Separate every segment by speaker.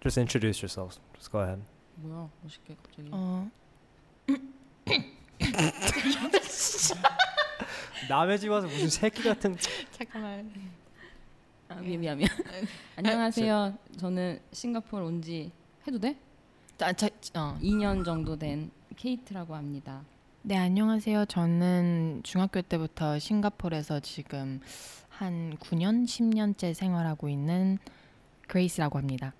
Speaker 1: Just introduce yourselves. Just go ahead.
Speaker 2: 뭐야 멋있게 갑자기
Speaker 3: 어.
Speaker 1: 남의 집 와서 무슨 새끼 같은
Speaker 3: 잠깐만.
Speaker 2: 아, 미안 미안 미안 안녕하세요 저는 싱가포르 온 지 해도 돼?
Speaker 3: 자, 자,
Speaker 2: 아.
Speaker 3: 어.
Speaker 2: 2년 정도 된 케이트라고 합니다
Speaker 3: 네, 안녕하세요. 저는 중학교 때부터 싱가포르에서 지금 한 9년, 10년째 생활하고 있는 그레이스라고 합니다.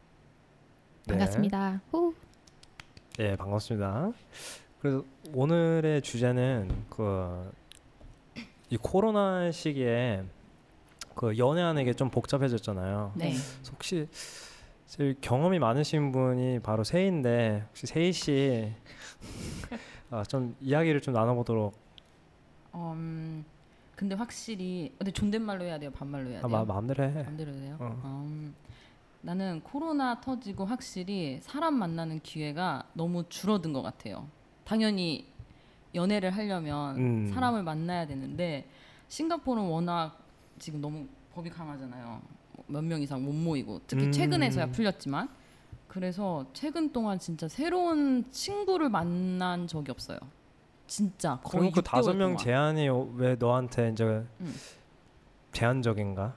Speaker 1: 네.
Speaker 3: 반갑습니다. 후.
Speaker 1: 예, 반갑습니다. 그래서 오늘의 주제는 그 이 코로나 시기에 그 연애하는 게 좀 복잡해졌잖아요.
Speaker 2: 네.
Speaker 1: 그래서 혹시 제일 경험이 많으신 분이 바로 세희인데 혹시 세희 씨 아, 좀 이야기를 좀 나눠보도록
Speaker 2: 음, 근데 확실히 어, 근데 존댓말로 해야 돼요 반말로 해야
Speaker 1: 아,
Speaker 2: 돼요
Speaker 1: 마, 마음대로 해.
Speaker 2: 맘대로 해도 돼요
Speaker 1: 어.
Speaker 2: 음, 나는 코로나 터지고 확실히 사람 만나는 기회가 너무 줄어든 것 같아요 당연히 연애를 하려면
Speaker 1: 음.
Speaker 2: 사람을 만나야 되는데 싱가포르는 워낙 지금 너무 법이 강하잖아요. 몇 명 이상 못 모이고 특히
Speaker 1: 음.
Speaker 2: 최근에서야 풀렸지만 그래서 최근 동안 진짜 새로운 친구를 만난 적이 없어요. 진짜 거의
Speaker 1: 그리고 그
Speaker 2: 6개월
Speaker 1: 다섯 명
Speaker 2: 동안.
Speaker 1: 제한이 오- 왜 너한테 이제
Speaker 2: 음.
Speaker 1: 제한적인가?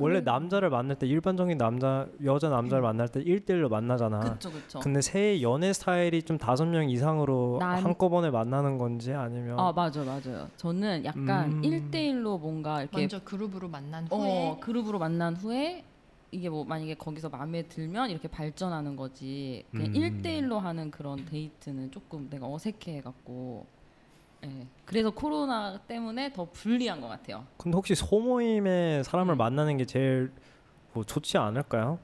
Speaker 1: 원래 남자를 만날 때 일반적인 남자 여자 남자를 만날 때일대일로 만나잖아.
Speaker 2: 음. 그쵸 그쵸.
Speaker 1: 근데 새해 연애 스타일이 좀 다섯 명 이상으로
Speaker 2: 난-
Speaker 1: 한꺼번에 만나는 건지 아니면
Speaker 2: 아 맞아 맞아요. 저는 약간
Speaker 1: 음.
Speaker 2: 일대일로 뭔가 이렇게
Speaker 3: 먼저 그룹으로 만난 후에
Speaker 2: 어, 그룹으로 만난 후에 이게 뭐 만약에 거기서 마음에 들면 이렇게 발전하는 거지 그냥
Speaker 1: 음.
Speaker 2: 일대일로 하는 그런 데이트는 조금 내가 어색해갖고 예. 그래서 코로나 때문에 더 불리한 것 같아요
Speaker 1: 근데 혹시 소모임에 사람을
Speaker 2: 음.
Speaker 1: 만나는 게 제일 뭐 좋지 않을까요?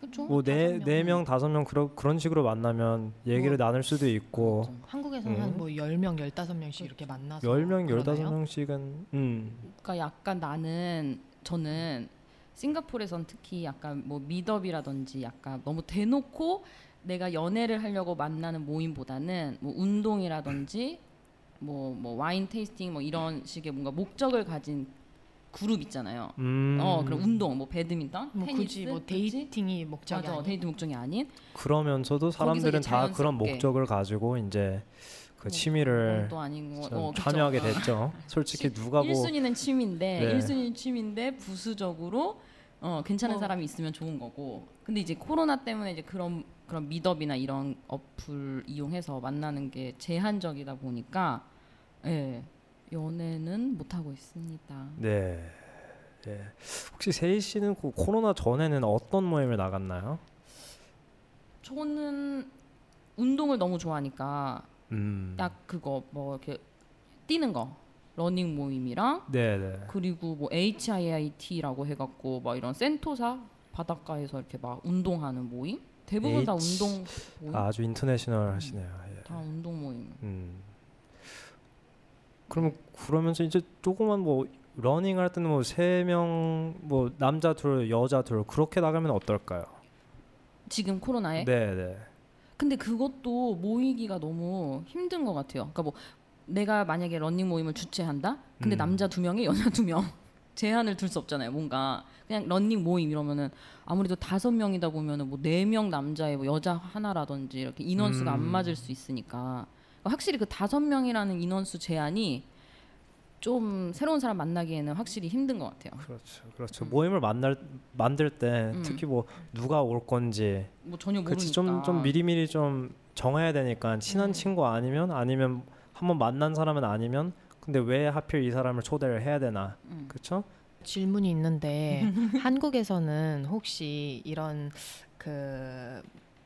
Speaker 3: 그쵸? 다섯 명.
Speaker 1: 뭐네네명 다섯 명 그런 그런 식으로 만나면 얘기를
Speaker 2: 뭐
Speaker 1: 나눌 수도 있고
Speaker 2: 좀.
Speaker 3: 한국에서는
Speaker 1: 음.
Speaker 3: 한뭐 10명, 15명씩 이렇게 만나서
Speaker 1: 열 명 열다섯
Speaker 3: 그러나요?
Speaker 1: 명씩은 음
Speaker 2: 그러니까 약간 나는 저는 싱가포르에선 특히 약간 뭐 미덥이라든지 약간 너무 대놓고 내가 연애를 하려고 만나는 모임보다는 뭐 운동이라든지 뭐 뭐 와인 테이스팅 뭐 이런 식의 뭔가 목적을 가진 그룹 있잖아요.
Speaker 1: 음.
Speaker 2: 어 그럼 운동 뭐 배드민턴
Speaker 3: 뭐
Speaker 2: 테니스
Speaker 3: 굳이 뭐
Speaker 2: 그치?
Speaker 3: 데이팅이 목적이
Speaker 2: 맞아
Speaker 3: 아니고
Speaker 2: 데이트 목적이 아닌
Speaker 1: 그러면서도 사람들은
Speaker 2: 이제
Speaker 1: 다 그런
Speaker 2: 자연스럽게.
Speaker 1: 목적을 가지고 이제 그 취미를
Speaker 2: 또 아닌 거
Speaker 1: 좀
Speaker 2: 어, 그쵸.
Speaker 1: 참여하게
Speaker 2: 어.
Speaker 1: 됐죠. 솔직히 누가 뭐
Speaker 2: 1순위는 취미인데
Speaker 1: 네.
Speaker 2: 1순위는 취미인데 부수적으로 어, 괜찮은
Speaker 3: 어.
Speaker 2: 사람이 있으면 좋은 거고. 근데 이제 코로나 때문에 이제 그런 그런 미덥이나 이런 어플 이용해서 만나는 게 제한적이다 보니까 예. 연애는 못 하고 있습니다.
Speaker 1: 네. 네. 혹시 세희 씨는 그 코로나 전에는 어떤 모임에 나갔나요?
Speaker 2: 저는 운동을 너무 좋아하니까
Speaker 1: 음.
Speaker 2: 딱 그거 뭐 이렇게 뛰는 거 러닝 모임이랑
Speaker 1: 네, 네.
Speaker 2: 그리고 뭐 HIIT라고 해갖고 막 이런 센토사 바닷가에서 이렇게 막 운동하는 모임 대부분 다
Speaker 1: H-
Speaker 2: 운동 모임
Speaker 1: 아, 아주 인터내셔널 하시네요. 예.
Speaker 2: 다 운동 모임
Speaker 1: 음. 그러면 그러면서 이제 조금만 뭐 러닝 할 때는 뭐 뭐세명뭐 남자 둘, 여자 둘 그렇게 나가면 어떨까요?
Speaker 2: 지금 코로나에
Speaker 1: 네, 네.
Speaker 2: 근데 그것도 모이기가 너무 힘든 것 같아요 그러니까 뭐 내가 만약에 러닝 모임을 주최한다 근데
Speaker 1: 음.
Speaker 2: 남자 두 명에 여자 두명 제한을 둘 수 없잖아요 뭔가 그냥 러닝 모임 이러면은 아무래도 다섯 명이다 보면은 뭐 네 명 남자에 뭐 여자 하나라든지 이렇게 인원수가 안
Speaker 1: 음.
Speaker 2: 맞을 수 있으니까 그러니까 확실히 그 다섯 명이라는 인원수 제한이 좀 새로운 사람 만나기에는 확실히 힘든 것 같아요.
Speaker 1: 그렇죠, 그렇죠. 모임을 만날 만들 때
Speaker 2: 음.
Speaker 1: 특히 뭐 누가 올 건지
Speaker 2: 뭐 전혀 모르니까.
Speaker 1: 그치 좀 좀 미리미리 좀 정해야 되니까
Speaker 2: 음.
Speaker 1: 친한 친구 아니면 아니면 한번 만난 사람은 아니면 근데 왜 하필 이 사람을 초대를 해야 되나
Speaker 2: 음.
Speaker 1: 그렇죠?
Speaker 3: 질문이 있는데 한국에서는 혹시 이런 그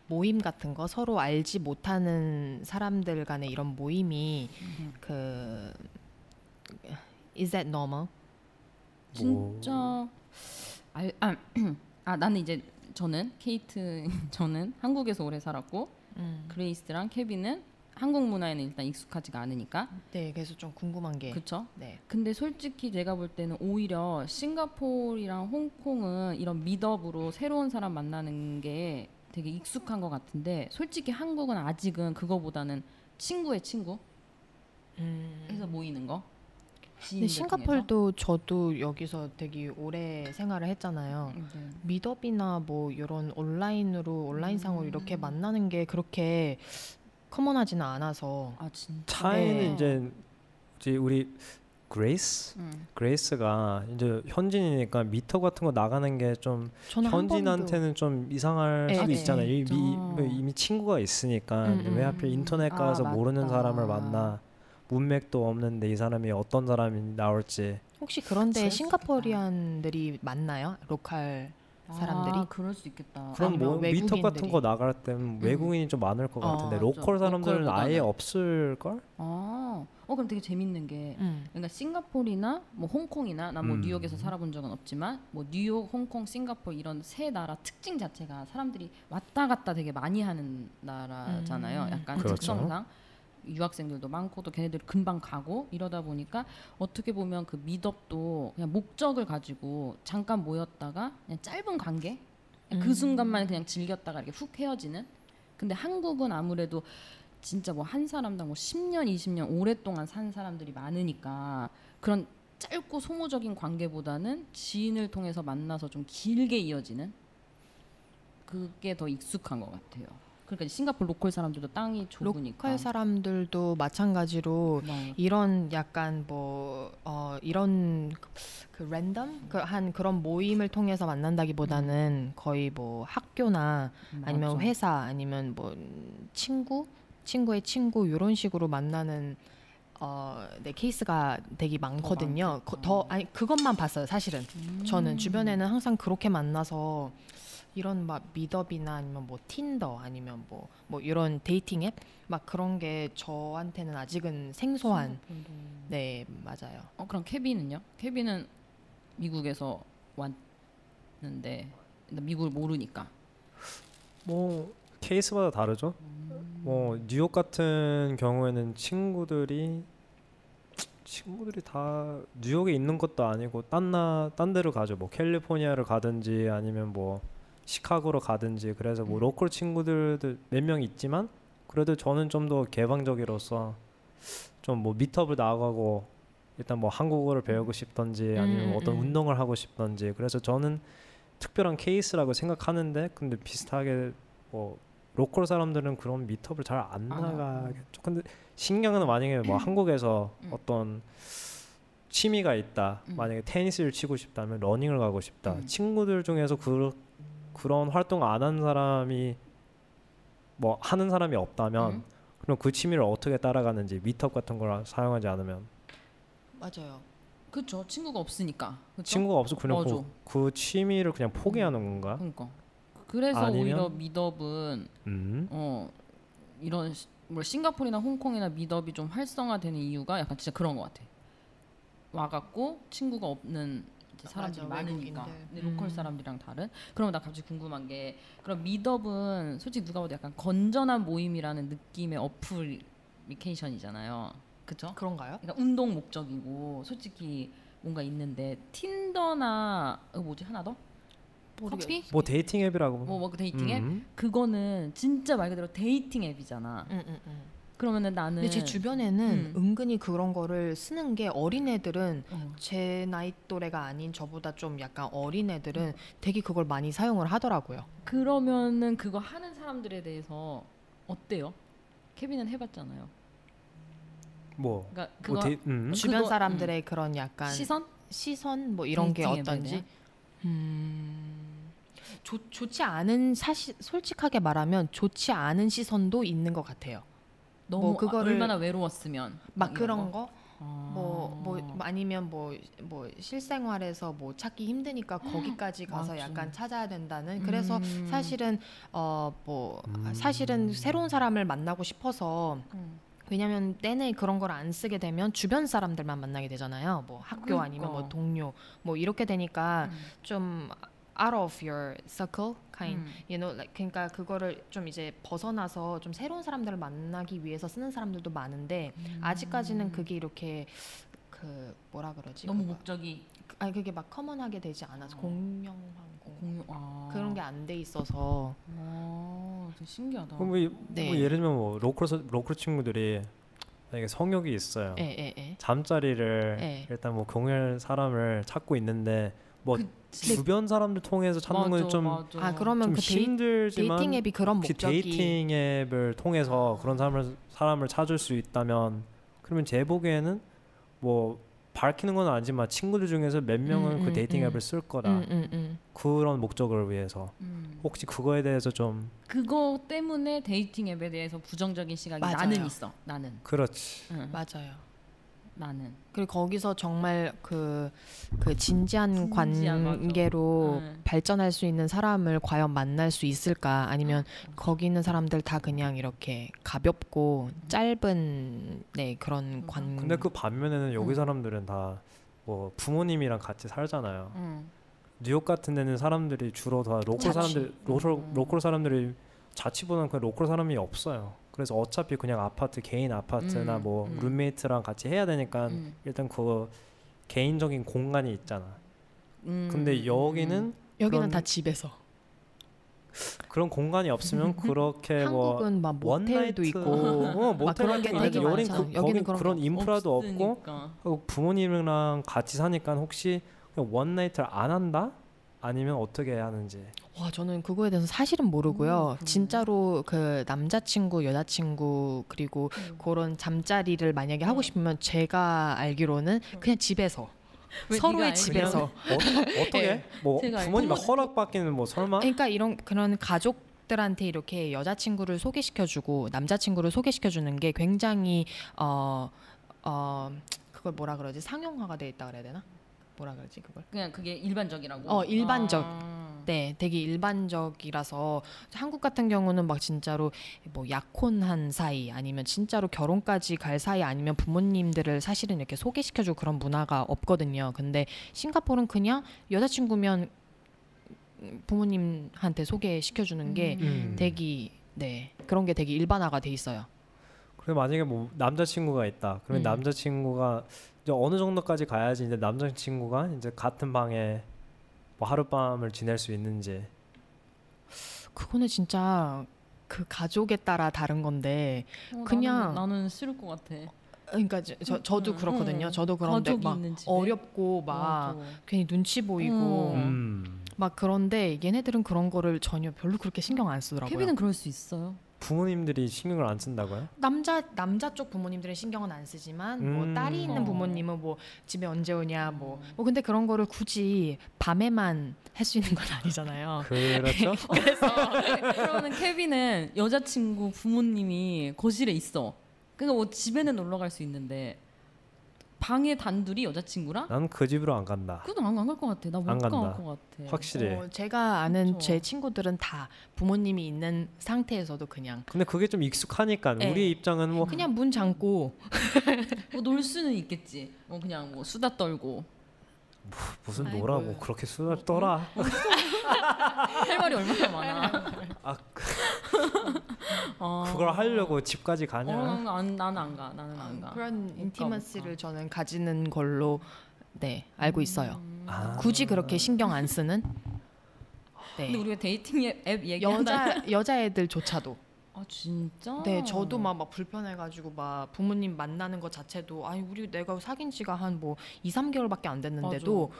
Speaker 3: 모임 같은 거 서로 알지 못하는 사람들 간의 이런 모임이 그 is that normal?
Speaker 2: 진짜 알, 뭐. 아, 아 나는 이제 저는 케이트 저는 한국에서 오래 살았고 그레이스랑 케빈은 한국 문화에는 일단 익숙하지가 않으니까
Speaker 3: 네, 그래서 좀 궁금한 게
Speaker 2: 그쵸?
Speaker 3: 네.
Speaker 2: 근데 솔직히 제가 볼 때는 오히려 싱가포르랑 홍콩은 이런 미덥으로 새로운 사람 만나는 게 되게 익숙한 것 같은데 솔직히 한국은 아직은 그거보다는 친구의 친구 해서 모이는 거
Speaker 3: 근데
Speaker 2: 지인들
Speaker 3: 싱가폴도 저도 여기서 되게 오래 생활을 했잖아요.
Speaker 2: 통해서? 네.
Speaker 3: 미덥이나 뭐 이런 온라인으로 온라인상으로
Speaker 2: 음.
Speaker 3: 이렇게 만나는 게 그렇게 커먼하지는 않아서
Speaker 2: 아 진짜.
Speaker 1: 차이는
Speaker 3: 네.
Speaker 1: 이제 이제 우리 그레이스
Speaker 2: 음.
Speaker 1: 그레이스가 이제 현진이니까 미터 같은 거 나가는 게 좀
Speaker 3: 저는 한 번도
Speaker 1: 현진한테는 좀 이상할
Speaker 3: 네,
Speaker 1: 수도
Speaker 3: 네.
Speaker 1: 있잖아요. 이미,
Speaker 2: 진짜.
Speaker 1: 뭐 이미 친구가 있으니까
Speaker 3: 음,
Speaker 1: 왜
Speaker 3: 음.
Speaker 1: 하필 인터넷
Speaker 2: 아,
Speaker 1: 가서 모르는
Speaker 2: 맞다.
Speaker 1: 사람을 만나 문맥도 없는데 이 사람이 어떤 사람이 나올지
Speaker 3: 혹시
Speaker 2: 있을
Speaker 3: 그런데
Speaker 2: 수 있겠다.
Speaker 3: 싱가포리안들이 맞나요? 로컬 사람들이?
Speaker 2: 아, 그럴 수 있겠다.
Speaker 1: 그럼 뭐
Speaker 3: 어, 아니면
Speaker 1: 미터 같은
Speaker 3: 외국인들이.
Speaker 1: 거 나갈 때는 외국인이 좀 많을 것
Speaker 3: 어,
Speaker 1: 같은데
Speaker 2: 맞아.
Speaker 1: 로컬 사람들은 아예
Speaker 2: 로컬보다는.
Speaker 1: 없을 걸?
Speaker 2: 아, 어 그럼 되게 재밌는 게
Speaker 3: 음.
Speaker 2: 그러니까 싱가포르나 뭐 홍콩이나 나 뭐
Speaker 1: 음.
Speaker 2: 뉴욕에서 살아본 적은 없지만 뭐 뉴욕, 홍콩, 싱가포르 이런 세 나라 특징 자체가 사람들이 왔다 갔다 되게 많이 하는 나라잖아요.
Speaker 3: 음.
Speaker 2: 약간
Speaker 1: 그렇죠.
Speaker 2: 특성상 유학생들도 많고 또 걔네들 금방 가고 이러다 보니까 어떻게 보면 그 미덥도 그냥 목적을 가지고 잠깐 모였다가 그냥 짧은 관계 그냥 그
Speaker 3: 음.
Speaker 2: 순간만 그냥 즐겼다가 이렇게 훅 헤어지는 근데 한국은 아무래도 진짜 뭐 한 사람당 뭐 10년, 20년 오랫동안 산 사람들이 많으니까 그런 짧고 소모적인 관계보다는 지인을 통해서 만나서 좀 길게 이어지는 그게 더 익숙한 것 같아요. 그러니까 싱가포르 로컬 사람들도 땅이 좁으니까 뭐
Speaker 3: 로컬 네. 사람들도 마찬가지로
Speaker 2: 막
Speaker 3: 이런 약간 뭐 어, 이런 그 랜덤 그 한 그런 모임을 통해서
Speaker 2: 음.
Speaker 3: 만난다기보다는 거의 뭐 학교나 아니면
Speaker 2: 맞아.
Speaker 3: 회사 아니면 뭐 음, 친구 친구의 친구 이런 식으로 만나는 어, 네, 케이스가 되게 많거든요.
Speaker 2: 많겠다.
Speaker 3: 거- 더 아니 그것만 봤어요, 사실은.
Speaker 2: 음.
Speaker 3: 저는 주변에는 항상 그렇게 만나서 이런 막 미더비나 아니면 뭐 틴더 아니면 뭐 뭐 이런 데이팅 앱 막 그런 게 저한테는 아직은 생소한
Speaker 2: 싱가포르도.
Speaker 3: 네 맞아요.
Speaker 2: 어 그럼 케빈은요? 케빈은 미국에서 왔는데 나 미국을 모르니까
Speaker 1: 뭐 케이스마다 다르죠.
Speaker 3: 음.
Speaker 1: 뭐 뉴욕 같은 경우에는 친구들이 친구들이 다 뉴욕에 있는 것도 아니고 딴나 딴 데로 가죠. 뭐 캘리포니아를 가든지 아니면 뭐 시카고로 가든지 그래서
Speaker 3: 음.
Speaker 1: 뭐 로컬 친구들도 몇 명 있지만 그래도 저는 좀 더 개방적이로서 좀 뭐 미터블 나가고 일단 뭐 한국어를 배우고 싶던지 아니면
Speaker 3: 음, 음,
Speaker 1: 어떤
Speaker 3: 음.
Speaker 1: 운동을 하고 싶던지 그래서 저는 특별한 케이스라고 생각하는데 근데 비슷하게 뭐 로컬 사람들은 그런 미터블 잘 안
Speaker 2: 안 하고.
Speaker 1: 나가겠죠. 근데 신경은 만약에 뭐 한국에서
Speaker 2: 음.
Speaker 1: 어떤 취미가 있다.
Speaker 2: 음.
Speaker 1: 만약에 테니스를 치고 싶다면 러닝을 가고 싶다.
Speaker 2: 음.
Speaker 1: 친구들 중에서 그, 그런 활동 안 하는 사람이 뭐 하는 사람이 없다면
Speaker 2: 음.
Speaker 1: 그럼 그 취미를 어떻게 따라가는지 미터 같은 걸 사용하지 않으면
Speaker 3: 맞아요.
Speaker 2: 그쵸 친구가 없으니까 그쵸?
Speaker 1: 친구가 없어 그냥
Speaker 2: 맞아.
Speaker 1: 그, 그 취미를 그냥 포기하는 건가?
Speaker 2: 그러니까 그래서
Speaker 1: 아니면-
Speaker 2: 오히려 미덥은
Speaker 1: 음.
Speaker 2: 어 이런 시- 뭐 싱가포르나 홍콩이나 미덥이 좀 활성화되는 이유가 약간 진짜 그런 것 같아. 와갖고 친구가 없는 이제
Speaker 3: 아,
Speaker 2: 사람들이
Speaker 3: 맞아,
Speaker 2: 많으니까
Speaker 3: 외국인들.
Speaker 2: 근데 로컬
Speaker 3: 음.
Speaker 2: 사람들이랑 다른. 그럼 나 갑자기 궁금한 게 그럼 미덥은 솔직히 누가 봐도 약간 건전한 모임이라는 느낌의 어플리케이션이잖아요. 그쵸?
Speaker 3: 그런가요?
Speaker 2: 그러니까 운동 목적이고 솔직히 뭔가 있는데 틴더나 어, 뭐지 하나 더? 커피?
Speaker 1: 뭐 데이팅 앱이라고
Speaker 2: 뭐, 뭐 데이팅 앱?
Speaker 1: 음.
Speaker 2: 그거는 진짜 말 그대로 데이팅 앱이잖아.
Speaker 3: 응, 응, 응.
Speaker 2: 그러면은 나는
Speaker 3: 음, 근데 제
Speaker 2: 음.
Speaker 3: 주변에는 은근히 그런 거를 쓰는 게 어린 애들은
Speaker 2: 어.
Speaker 3: 제 나이 또래가 아닌 저보다 좀 약간 어린 애들은 되게 그걸 많이 사용을 하더라고요.
Speaker 2: 그러면은 그거 하는 사람들에 대해서 어때요? 케빈은 해봤잖아요.
Speaker 1: 뭐.
Speaker 2: 그러니까
Speaker 1: 뭐
Speaker 2: 그거
Speaker 1: 데이, 음.
Speaker 3: 주변
Speaker 2: 그거-
Speaker 3: 사람들의 그런 약간
Speaker 2: 시선?
Speaker 3: 시선 뭐 이런 게
Speaker 2: 데이팅 앱에
Speaker 3: 어떤지
Speaker 2: 대한?
Speaker 3: 음, 좋 좋지 않은 사실 솔직하게 말하면 좋지 않은 시선도 있는 것 같아요.
Speaker 2: 너무
Speaker 3: 뭐 그거를-
Speaker 2: 아, 얼마나 외로웠으면
Speaker 3: 막
Speaker 2: 이런
Speaker 3: 그런
Speaker 2: 거. 어.
Speaker 3: 거, 뭐, 뭐 아니면 뭐 뭐 실생활에서 뭐 찾기 힘드니까 거기까지 가서
Speaker 2: 맞아.
Speaker 3: 약간 찾아야 된다는 그래서
Speaker 2: 음.
Speaker 3: 사실은 어 뭐
Speaker 1: 음.
Speaker 3: 사실은 새로운 사람을 만나고 싶어서
Speaker 2: 음.
Speaker 3: 왜냐면 내내 그런 걸 안 쓰게 되면 주변 사람들만 만나게 되잖아요. 뭐 학교 아니면 뭐
Speaker 2: 그러니까.
Speaker 3: 동료 뭐 이렇게 되니까
Speaker 2: 음.
Speaker 3: 좀 out of your circle kind.
Speaker 2: 음.
Speaker 3: You know, like, 그러니까 그거를 좀 이제 벗어나서 좀 새로운 사람들을 만나기 위해서 쓰는 사람들도 많은데
Speaker 2: 음.
Speaker 3: 아직까지는 그게 이렇게 그 뭐라 그러지?
Speaker 2: 너무
Speaker 3: 그거.
Speaker 2: 목적이
Speaker 3: 그- 아니 그게 막 커먼하게 되지 않아서
Speaker 2: 어.
Speaker 3: 공영화고
Speaker 2: 공유 아.
Speaker 3: 그런 게 안 돼 있어서
Speaker 2: 아, 되게 신기하다.
Speaker 1: 그럼 뭐, 이-
Speaker 3: 네.
Speaker 1: 뭐 예를 들면 뭐 로컬 서- 로컬 친구들이 만약에 성욕이 있어요.
Speaker 3: 예, 예, 예.
Speaker 1: 잠자리를
Speaker 3: 네.
Speaker 1: 일단 뭐 경유할 사람을 찾고 있는데 뭐
Speaker 2: 그-
Speaker 1: 주변 사람들 통해서 찾는
Speaker 2: 맞아,
Speaker 1: 건좀
Speaker 2: 맞아.
Speaker 3: 아 네. 그러면
Speaker 1: 좀
Speaker 3: 그 데이,
Speaker 1: 힘들지만
Speaker 3: 데이팅 앱이 그런
Speaker 1: 혹시
Speaker 3: 목적이
Speaker 1: 데이팅 앱을 통해서 그런 사람을 사람을 찾을 수 있다면 그러면 제 보기에는 뭐 밝히는 건 아니지만 친구들 중에서 몇 명은
Speaker 3: 음,
Speaker 1: 그
Speaker 3: 음,
Speaker 1: 데이팅
Speaker 3: 음.
Speaker 1: 앱을 쓸 거다
Speaker 3: 음, 음, 음.
Speaker 1: 그런 목적을 위해서
Speaker 2: 음.
Speaker 1: 혹시 그거에 대해서 좀
Speaker 2: 그거 때문에 데이팅 앱에 대해서 부정적인 시각이
Speaker 3: 맞아요.
Speaker 2: 나는 있어. 나는.
Speaker 1: 그렇지
Speaker 2: 응,
Speaker 3: 맞아요.
Speaker 2: 나는.
Speaker 3: 그리고 거기서 정말 그, 그 진지한
Speaker 2: 진지한, 맞아.
Speaker 3: 관계로
Speaker 2: 네.
Speaker 3: 발전할 수 있는 사람을 과연 만날 수 있을까? 아니면 거기 있는 사람들 다 그냥 이렇게 가볍고 짧은 네 그런 관.
Speaker 1: 근데 그 반면에는 여기
Speaker 3: 음.
Speaker 1: 사람들은 다 뭐 부모님이랑 같이 살잖아요
Speaker 2: 응.
Speaker 1: 뉴욕 같은 데는 사람들이 주로 다 로컬
Speaker 3: 자취.
Speaker 1: 사람들 로컬,
Speaker 2: 음.
Speaker 1: 로컬 사람들이 자취보다는 그냥 로컬 사람이 없어요. 그래서 어차피 그냥 아파트 개인 아파트나
Speaker 2: 음,
Speaker 1: 뭐
Speaker 2: 음.
Speaker 1: 룸메이트랑 같이 해야 되니까
Speaker 2: 음.
Speaker 1: 일단 그 개인적인 공간이 있잖아.
Speaker 2: 음.
Speaker 1: 근데 여기는
Speaker 3: 여기는
Speaker 1: 그런-
Speaker 3: 다 집에서.
Speaker 1: 그런 공간이 없으면 그렇게 뭐
Speaker 3: 한국은 막 모텔도
Speaker 1: 원나이트,
Speaker 3: 있고
Speaker 1: 어, 모텔
Speaker 3: 그런
Speaker 1: 같은
Speaker 2: 게
Speaker 1: 거 있는데
Speaker 2: 되게
Speaker 1: 여기는
Speaker 2: 많잖아.
Speaker 1: 그, 거긴
Speaker 3: 여기는 그런 게
Speaker 1: 그런 인프라도 없고
Speaker 2: 없으니까.
Speaker 1: 어, 부모님이랑 같이 사니까 혹시 그냥 원나이트를 안 한다? 아니면 어떻게 해야 하는지
Speaker 3: 와 저는 그거에 대해서 사실은 모르고요.
Speaker 2: 그러네.
Speaker 3: 진짜로 그 남자친구, 여자친구 그리고
Speaker 2: 음.
Speaker 3: 그런 잠자리를 만약에 하고
Speaker 2: 음.
Speaker 3: 싶으면 제가 알기로는 그냥 집에서
Speaker 2: 왜 네가
Speaker 3: 서로의
Speaker 2: 알지?
Speaker 3: 집에서
Speaker 1: 그냥 어, 어떻게 뭐
Speaker 2: 예. 제가 알고
Speaker 1: 부모님
Speaker 2: 있는- 예.
Speaker 1: 허락 받기는 뭐
Speaker 2: 어?
Speaker 1: 설마
Speaker 3: 그러니까 이런 그런 가족들한테 이렇게 여자친구를 소개시켜주고 남자친구를 소개시켜주는 게 굉장히 어, 어 그걸 뭐라 그러지 상용화가 돼 있다 그래야 되나? 뭐라 그러지 그걸?
Speaker 2: 그냥 그게 일반적이라고.
Speaker 3: 어, 일반적.
Speaker 2: 아.
Speaker 3: 네, 되게 일반적이라서 한국 같은 경우는 막 진짜로 뭐 약혼한 사이 아니면 진짜로 결혼까지 갈 사이 아니면 부모님들을 사실은 이렇게 소개시켜주고 그런 문화가 없거든요. 근데 싱가포르는 그냥 여자친구면 부모님한테 소개시켜주는 게
Speaker 1: 음.
Speaker 3: 되게 네 그런 게 되게 일반화가 돼 있어요.
Speaker 1: 그리고 만약에 뭐 남자친구가 있다. 그러면
Speaker 3: 음.
Speaker 1: 남자친구가 이제 어느 정도까지 가야지 이제 남자친구가 이제 같은 방에 뭐 하룻밤을 지낼 수 있는지.
Speaker 3: 그거는 진짜 그 가족에 따라 다른 건데
Speaker 2: 어, 나는,
Speaker 3: 그냥-
Speaker 2: 나는 싫을 것 같아.
Speaker 3: 그러니까 저, 저 저도
Speaker 2: 음,
Speaker 3: 그렇거든요.
Speaker 2: 음.
Speaker 3: 저도 그런데
Speaker 2: 가족이
Speaker 3: 막
Speaker 2: 있는 집에?
Speaker 3: 어렵고 막
Speaker 2: 맞아.
Speaker 3: 괜히 눈치 보이고
Speaker 2: 어. 음.
Speaker 3: 막 그런데 얘네들은 그런 거를 전혀 별로 그렇게 신경 안 쓰더라고요.
Speaker 2: 케빈은 그럴 수 있어요.
Speaker 1: 부모님들이 신경을 안 쓴다고요?
Speaker 3: 남자 남자 쪽 부모님들은 신경은 안 쓰지만 뭐
Speaker 1: 음.
Speaker 3: 딸이 있는
Speaker 2: 어.
Speaker 3: 부모님은 뭐 집에 언제 오냐 뭐, 뭐 근데 그런 거를 굳이 밤에만 할 수 있는 건 아니잖아요.
Speaker 1: 그렇죠.
Speaker 2: 그러면 케빈은 여자친구 부모님이 거실에 있어. 그러니까 뭐 집에는 놀러 갈 수 있는데 방에 단둘이 여자친구랑
Speaker 1: 난 그 집으로 안 간다.
Speaker 2: 그건 안갈것 같아. 나
Speaker 1: 안
Speaker 2: 못 갈 것
Speaker 1: 간다.
Speaker 2: 같아.
Speaker 1: 확실히.
Speaker 3: 어, 제가 아는
Speaker 2: 그쵸.
Speaker 3: 제 친구들은 다 부모님이 있는 상태에서도 그냥
Speaker 1: 근데 그게 좀 익숙하니까
Speaker 2: 예.
Speaker 3: 네.
Speaker 1: 우리 입장은 뭐
Speaker 3: 그냥 문 잠고 음.
Speaker 2: 뭐 놀 수는 있겠지. 뭐 그냥 뭐 수다 떨고
Speaker 1: 무슨
Speaker 3: 아이고.
Speaker 1: 노라고 그렇게 수다 떠라.
Speaker 2: 할 말이 얼마나 많아.
Speaker 1: 아 그, 뭐
Speaker 2: 어.
Speaker 1: 그걸 하려고 집까지
Speaker 2: 어,
Speaker 1: 가냐?
Speaker 2: 난 안- 나는 안 가. 나는 안 가.
Speaker 3: 그러니까. 그런
Speaker 2: 못 가,
Speaker 3: 인티머시를
Speaker 2: 못
Speaker 3: 저는 가지는 걸로 네 알고 있어요.
Speaker 1: 아.
Speaker 3: 굳이 그렇게 신경 안 쓰는 네.
Speaker 2: 근데 우리가 데이팅 앱, 앱 얘기한다.
Speaker 3: 여자 여자애들조차도
Speaker 2: 아 진짜?
Speaker 3: 네 저도 막, 막 불편해가지고 막 부모님 만나는 것 자체도 아니 우리 내가 사귄 지가 한 뭐 2, 3개월밖에 안 됐는데도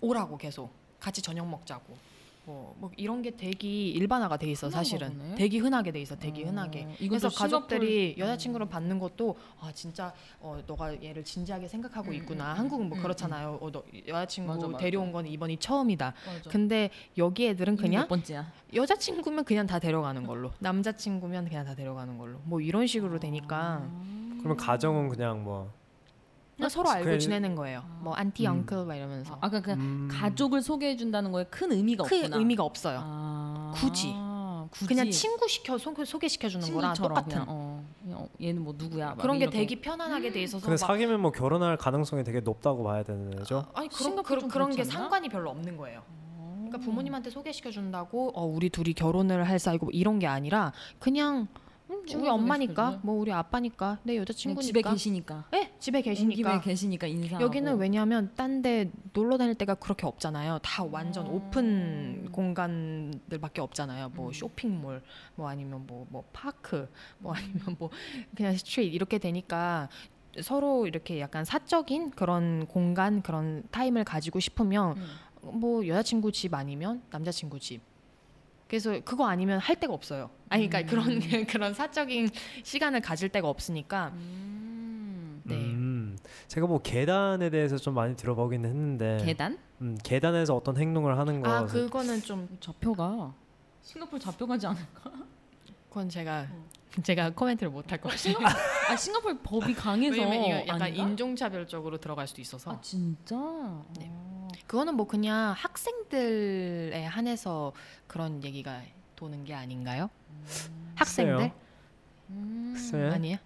Speaker 3: 오라고 계속 같이 저녁 먹자고 뭐, 뭐 이런 게 되게 일반화가 돼 있어
Speaker 2: 흔한가
Speaker 3: 사실은
Speaker 2: 보네.
Speaker 3: 되게 흔하게 돼 있어 되게 흔하게
Speaker 2: 이것도
Speaker 3: 그래서
Speaker 2: 싱가포르-
Speaker 3: 가족들이
Speaker 2: 음.
Speaker 3: 여자친구를 받는 것도 아 진짜 어 너가 얘를 진지하게 생각하고
Speaker 2: 음,
Speaker 3: 있구나
Speaker 2: 음, 음,
Speaker 3: 한국은 뭐
Speaker 2: 음,
Speaker 3: 그렇잖아요 어 너 여자친구
Speaker 2: 맞아, 맞아.
Speaker 3: 데려온 건 이번이 처음이다
Speaker 2: 맞아.
Speaker 3: 근데 여기 애들은
Speaker 2: 이게
Speaker 3: 그냥
Speaker 2: 몇 번째야?
Speaker 3: 여자친구면 그냥 다 데려가는 걸로 남자친구면 그냥 다 데려가는 걸로 뭐 이런 식으로 되니까
Speaker 2: 아.
Speaker 1: 그러면 가정은 그냥 뭐
Speaker 3: 그냥 서로 알고
Speaker 1: 그래.
Speaker 3: 지내는 거예요 뭐 안티
Speaker 1: 음.
Speaker 3: 언클 막 이러면서
Speaker 2: 아, 아까 그냥
Speaker 1: 음,
Speaker 2: 가족을 소개해 준다는 거에 큰 의미가
Speaker 3: 큰
Speaker 2: 없구나.
Speaker 3: 의미가 없어요
Speaker 2: 아,
Speaker 3: 굳이.
Speaker 2: 굳이
Speaker 3: 그냥 친구 시켜 소- 소개시켜주는 거랑
Speaker 2: 친구처럼
Speaker 3: 똑같은
Speaker 2: 그냥, 어, 그냥 어, 얘는 뭐 누구야? 막
Speaker 3: 그런 게
Speaker 2: 이렇게. 음.
Speaker 3: 되게 편안하게 돼 있어서
Speaker 1: 근데
Speaker 3: 막-
Speaker 1: 사귀면 뭐 결혼할 가능성이 되게 높다고 봐야 되는 거죠.
Speaker 3: 아니 그런,
Speaker 2: 싱가포르
Speaker 3: 그런,
Speaker 2: 좀
Speaker 3: 그런 게
Speaker 2: 그렇지 않나?
Speaker 3: 상관이 별로 없는 거예요
Speaker 2: 어.
Speaker 3: 그러니까 부모님한테 소개시켜준다고 어 우리 둘이 결혼을 할 사이고 뭐 이런 게 아니라 그냥
Speaker 2: 음,
Speaker 3: 우리 엄마니까 뭐 우리 아빠니까 내 여자친구니까
Speaker 2: 집에 계시니까 음,
Speaker 3: 네, 집에
Speaker 2: 온 김에
Speaker 3: 계시니까
Speaker 2: 계시니까 인사.
Speaker 3: 여기는 왜냐하면 딴 데 놀러 다닐 때가 그렇게 없잖아요. 다 완전
Speaker 2: 아.
Speaker 3: 오픈 공간들밖에 없잖아요. 뭐
Speaker 2: 음.
Speaker 3: 쇼핑몰, 뭐 아니면 뭐 뭐 파크, 뭐 아니면 뭐 그냥 스트리트 이렇게 되니까 서로 이렇게 약간 사적인 그런 공간 그런 타임을 가지고 싶으면
Speaker 2: 음.
Speaker 3: 뭐 여자친구 집 아니면 남자친구 집. 그래서 그거 아니면 할 데가 없어요. 아니 그러니까
Speaker 2: 음.
Speaker 3: 그런 그런 사적인 시간을 가질 데가 없으니까 네.
Speaker 1: 음, 제가 뭐 계단에 대해서 좀 많이 들어보긴 했는데
Speaker 2: 계단?
Speaker 1: 음, 계단에서 어떤 행동을 하는 거
Speaker 3: 아 그거는 좀
Speaker 2: 좌표가 싱가포르 잡혀가지 않아?
Speaker 3: 그건 제가
Speaker 2: 어.
Speaker 3: 제가 코멘트를 못 할 것 같아요.
Speaker 2: 아 싱가포르 법이 강해서
Speaker 3: 왜냐면 이거 약간
Speaker 2: 아닌가?
Speaker 3: 인종차별적으로 들어갈 수도 있어서
Speaker 2: 아 진짜?
Speaker 3: 네.
Speaker 2: 어.
Speaker 3: 그거는 뭐 그냥 학생들에 한해서 그런 얘기가 도는 게 아닌가요? 학생들
Speaker 2: 음.
Speaker 1: 글쎄요.
Speaker 3: 아니에요?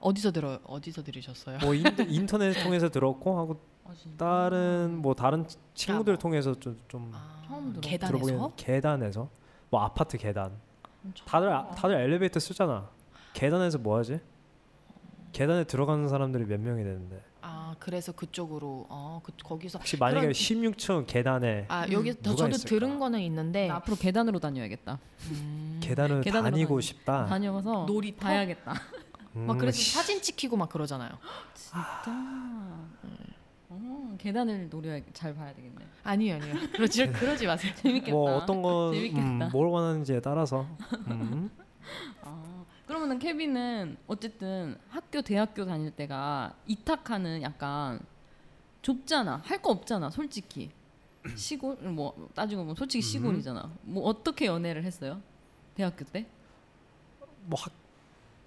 Speaker 3: 어디서 들어 어디서 들으셨어요?
Speaker 1: 뭐 인, 인터넷 통해서 들었고 하고
Speaker 2: 아, 진짜?
Speaker 1: 다른 뭐 다른 치- 친구들
Speaker 3: 음. 뭐.
Speaker 1: 통해서 좀, 좀
Speaker 3: 아,
Speaker 2: 처음 들어.
Speaker 3: 계단에서
Speaker 1: 들어보긴 계단에서 뭐 아파트 계단
Speaker 2: 엄청
Speaker 1: 다들 아-
Speaker 3: 어.
Speaker 2: 좋아.
Speaker 1: 다들 엘리베이터 쓰잖아 계단에서 뭐 하지 계단에 들어가는 사람들이 몇 명이 되는데
Speaker 3: 아 그래서 그쪽으로 어 그, 거기서
Speaker 1: 혹시 만약에
Speaker 3: 그런-
Speaker 1: 16층 계단에
Speaker 3: 아
Speaker 2: 음.
Speaker 3: 여기 서
Speaker 1: 누가
Speaker 3: 저도
Speaker 1: 있을까?
Speaker 3: 들은 거는 있는데
Speaker 2: 나 네, 앞으로 계단으로 다녀야겠다.
Speaker 3: 음,
Speaker 1: 계단을
Speaker 2: 계단으로
Speaker 1: 다니고
Speaker 2: 다니-
Speaker 1: 싶다
Speaker 2: 다녀가서
Speaker 3: 놀이터?
Speaker 2: 봐야겠다.
Speaker 1: 음,
Speaker 3: 아, 막 뭐. 그래서
Speaker 1: 씨,
Speaker 3: 사진 찍히고 막 그러잖아요.
Speaker 2: 진짜.
Speaker 1: 네.
Speaker 2: 어, 계단을 노려 잘 봐야 되겠네.
Speaker 3: 아니요 아니요 그러지 그러지 마세요.
Speaker 2: 재밌겠다.
Speaker 1: 뭐 어떤 건뭘
Speaker 2: 재밌겠다.
Speaker 1: 원하는지에 따라서 음.
Speaker 2: 아, 그러면은 케빈은 어쨌든 학교 대학교 다닐 때가 이탁하는 약간 좁잖아. 할 거 없잖아. 솔직히. 시골 뭐 따지고 보면
Speaker 1: 음.
Speaker 2: 솔직히 시골이잖아. 뭐 어떻게 연애를 했어요? 대학교 때?
Speaker 1: 뭐 학,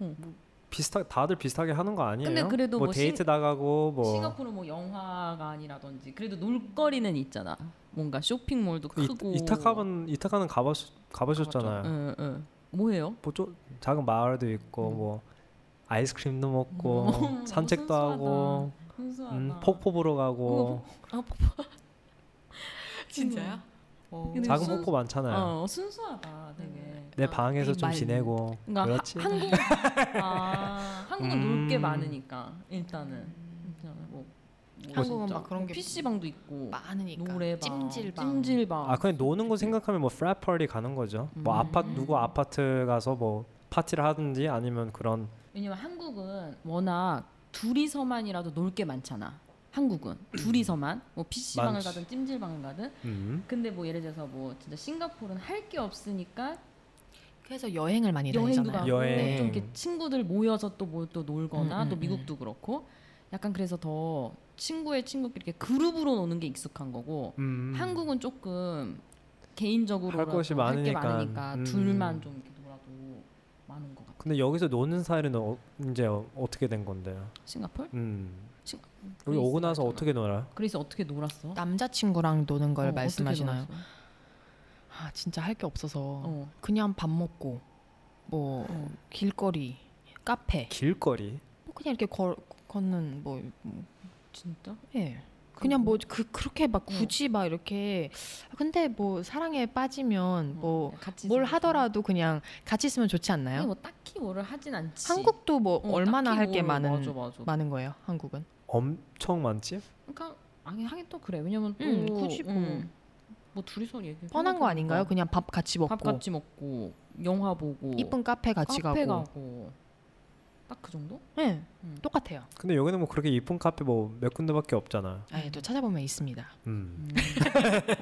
Speaker 2: 응.
Speaker 1: 뭐 비슷하 다들 비슷하게 하는 거 아니에요?
Speaker 2: 근데 그래도
Speaker 1: 뭐,
Speaker 2: 뭐
Speaker 1: 데이트
Speaker 2: 싱-
Speaker 1: 나가고 뭐
Speaker 2: 싱가포르 뭐 영화관이라든지 그래도 놀거리는 있잖아. 뭔가 쇼핑몰도
Speaker 1: 그 이,
Speaker 2: 크고.
Speaker 1: 이타카는 이타카는 가보 가보셨잖아요.
Speaker 2: 응, 응. 뭐예요?
Speaker 1: 뭐좀 작은 마을도 있고 뭐 아이스크림도 먹고 뭐
Speaker 2: 음,
Speaker 1: 산책도
Speaker 2: 순수하다.
Speaker 1: 하고
Speaker 2: 순수하다. 어,
Speaker 1: 음, 폭포 보러 가고
Speaker 3: 진짜요? 어.
Speaker 2: 근데
Speaker 1: 작은
Speaker 2: 순수-
Speaker 1: 폭포 많잖아요.
Speaker 2: 어, 순수하다. 되게.
Speaker 1: 내
Speaker 3: 아,
Speaker 1: 방에서 좀
Speaker 3: 말-
Speaker 1: 지내고
Speaker 2: 그러니까
Speaker 1: 그렇지.
Speaker 2: 하, 한국 아 한국은
Speaker 1: 음.
Speaker 2: 놀 게 많으니까 일단은 일단은 뭐, 뭐
Speaker 3: 한국은
Speaker 2: 진짜
Speaker 3: 막 그런 게
Speaker 2: PC 방도 있고
Speaker 3: 많으니까
Speaker 2: 노래방
Speaker 3: 찜질방
Speaker 2: 찜질방
Speaker 1: 아 그냥 노는 거 생각하면 뭐 프라퍼리 가는 거죠. 뭐
Speaker 2: 음.
Speaker 1: 아파트 누구 아파트 가서 뭐 파티를 하든지 아니면 그런
Speaker 2: 왜냐면 한국은 워낙 둘이서만이라도 놀 게 많잖아 한국은 둘이서만 뭐 PC 방을
Speaker 1: 많지.
Speaker 2: 가든 찜질방을 가든
Speaker 1: 음.
Speaker 2: 근데 뭐 예를 들어서 뭐 진짜 싱가포르는 할 게 없으니까
Speaker 3: 그래서 여행을 많이
Speaker 2: 여행도
Speaker 3: 다니잖아요.
Speaker 2: 가고
Speaker 1: 여행.
Speaker 2: 좀 이렇게 친구들 모여서 또 뭐 또 놀거나
Speaker 3: 음, 음,
Speaker 2: 또
Speaker 3: 음.
Speaker 2: 미국도 그렇고 약간 그래서 더 친구의 친구끼리 이렇게 그룹으로 노는 게 익숙한 거고
Speaker 1: 음.
Speaker 2: 한국은 조금 개인적으로
Speaker 1: 할 것이 많으니까.
Speaker 2: 게 많으니까
Speaker 1: 음.
Speaker 2: 둘만 좀 이렇게 놀아도 많은 것 같아.
Speaker 1: 근데 여기서 노는 사이는 어, 이제 어, 어떻게 된 건데요?
Speaker 2: 싱가폴?
Speaker 1: 음.
Speaker 2: 싱-
Speaker 1: 여기 오고 나서
Speaker 2: 그랬잖아.
Speaker 1: 어떻게 놀아요?
Speaker 2: 그래서 어떻게 놀았어?
Speaker 3: 남자친구랑 노는 걸
Speaker 2: 어,
Speaker 3: 말씀하시나요?
Speaker 2: 어떻게 놀았어?
Speaker 3: 아, 진짜 할 게 없어서
Speaker 2: 어.
Speaker 3: 그냥 밥 먹고 뭐
Speaker 2: 어.
Speaker 3: 길거리, 카페,
Speaker 1: 길거리.
Speaker 3: 뭐 그냥 이렇게 걸, 걷는 뭐 뭐,
Speaker 2: 진짜?
Speaker 3: 예. 그냥 뭐 그 그렇게 막 굳이 막 이렇게 근데 뭐 사랑에 빠지면 뭐 뭘
Speaker 2: 같이 지내서.
Speaker 3: 하더라도 그냥 같이 있으면 좋지
Speaker 2: 근데
Speaker 3: 않나요?
Speaker 2: 뭐 딱히 뭐를 하진 않지.
Speaker 3: 한국도 뭐
Speaker 2: 어,
Speaker 3: 얼마나
Speaker 2: 딱히
Speaker 3: 할 게
Speaker 2: 뭘-
Speaker 3: 많은
Speaker 2: 맞아 맞아.
Speaker 3: 많은 거예요, 한국은.
Speaker 1: 엄청 많지?
Speaker 2: 그러니까 아니 하긴 또 그래. 왜냐면 또
Speaker 3: 음, 굳이 뭐-
Speaker 2: 뭐 둘이서 얘기
Speaker 3: 뻔한 거 아닌가요? 그냥 뭐. 밥 같이 먹고
Speaker 2: 밥 같이 먹고 영화 보고
Speaker 3: 이쁜 카페 같이
Speaker 2: 카페
Speaker 3: 가고.
Speaker 2: 가고 딱 그 정도?
Speaker 3: 예,
Speaker 2: 음.
Speaker 3: 똑같아요.
Speaker 1: 근데 여기는 뭐 그렇게 이쁜 카페 뭐 몇 군데밖에 없잖아.
Speaker 3: 아예 또 찾아보면 있습니다.
Speaker 1: 음.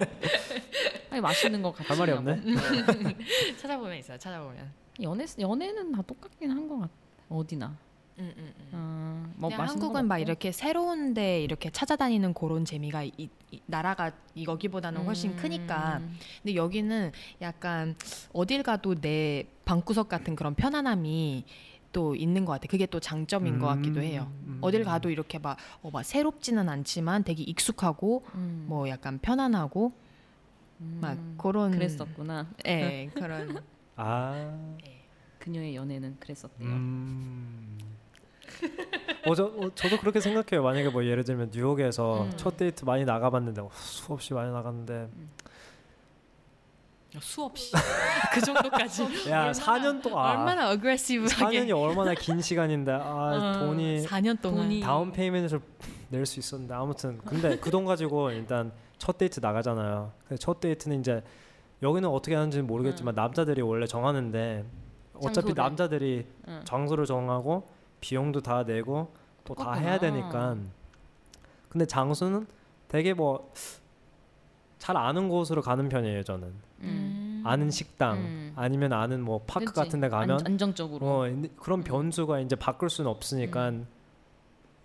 Speaker 2: 아니 맛있는 거 같이
Speaker 1: 할 말이
Speaker 2: 그냥
Speaker 1: 없네.
Speaker 3: 찾아보면 있어요. 찾아보면.
Speaker 2: 연애 연애는 다 똑같긴 한 것 같아 어디나.
Speaker 3: 음, 음, 음.
Speaker 2: 아, 뭐
Speaker 3: 뭐
Speaker 2: 맛있는 거
Speaker 3: 한국은 막
Speaker 2: 먹고.
Speaker 3: 이렇게 새로운데 이렇게 찾아다니는 그런 재미가 이, 이- 나라가 이- 여기보다는 훨씬
Speaker 2: 음.
Speaker 3: 크니까. 근데 여기는 약간 어딜 가도 내 방구석 같은 그런 편안함이 또 있는 것 같아. 그게 또 장점인 것 같기도 해요.
Speaker 1: 음.
Speaker 3: 어딜 가도 이렇게 막, 어, 막 새롭지는 않지만 되게 익숙하고
Speaker 2: 음.
Speaker 3: 뭐 약간 편안하고
Speaker 2: 음.
Speaker 3: 막 그런
Speaker 2: 그랬었구나.
Speaker 3: 예 그런
Speaker 1: 아.
Speaker 2: 그녀의 연애는 그랬었대요.
Speaker 1: 음. 어, 저, 어, 저도 그렇게 생각해요. 만약에 뭐 예를 들면 뉴욕에서
Speaker 2: 음.
Speaker 1: 첫 데이트 많이 나가봤는데 어, 수없이 많이 나갔는데
Speaker 3: 수없이 그 정도까지
Speaker 1: 야,
Speaker 3: 얼마나-
Speaker 1: 4년 동안
Speaker 3: 얼마나 음. 어그레시브하게
Speaker 1: 4년이 얼마나 긴 시간인데 아, 돈이
Speaker 3: 4년 동안
Speaker 2: 돈이-
Speaker 1: 다운 페이먼트를 낼 수 있었는데 아무튼 근데 그 돈 가지고 일단 첫 데이트 나가잖아요. 근데 첫 데이트는 이제 여기는 어떻게 하는지는 모르겠지만 남자들이 원래 정하는데 어차피
Speaker 2: 음. 장소를. 음.
Speaker 1: 남자들이
Speaker 2: 응.
Speaker 1: 장소를 정하고 비용도 다 내고 또 다 해야
Speaker 2: 똑같구나.
Speaker 1: 되니까 근데 장소는 되게 뭐 잘 아는 곳으로 가는 편이에요 저는
Speaker 2: 음.
Speaker 1: 아는 식당
Speaker 2: 음.
Speaker 1: 아니면 아는 뭐 파크
Speaker 2: 그치.
Speaker 1: 같은 데 가면
Speaker 2: 안, 안정적으로
Speaker 1: 어, 근데 그런 변수가 이제 바꿀 수는 없으니까
Speaker 2: 음.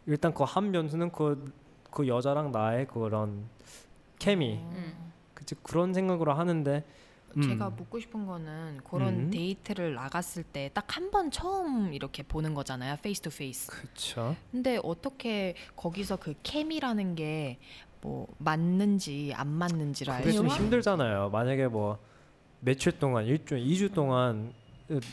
Speaker 1: 일단 그 한 변수는 그, 그 여자랑 나의 그런 케미
Speaker 2: 음.
Speaker 1: 그치 그런 생각으로 하는데 음.
Speaker 3: 제가 묻고 싶은 거는 그런
Speaker 1: 음.
Speaker 3: 데이트를 나갔을 때 딱 한 번 처음 이렇게 보는 거잖아요. 페이스 투 페이스.
Speaker 1: 그쵸
Speaker 3: 근데 어떻게 거기서 그 케미라는 게 뭐 맞는지 안 맞는지를
Speaker 1: 그게
Speaker 3: 알수
Speaker 1: 좀
Speaker 2: 영화?
Speaker 1: 힘들잖아요 만약에 뭐 며칠 동안 일주일 이주 동안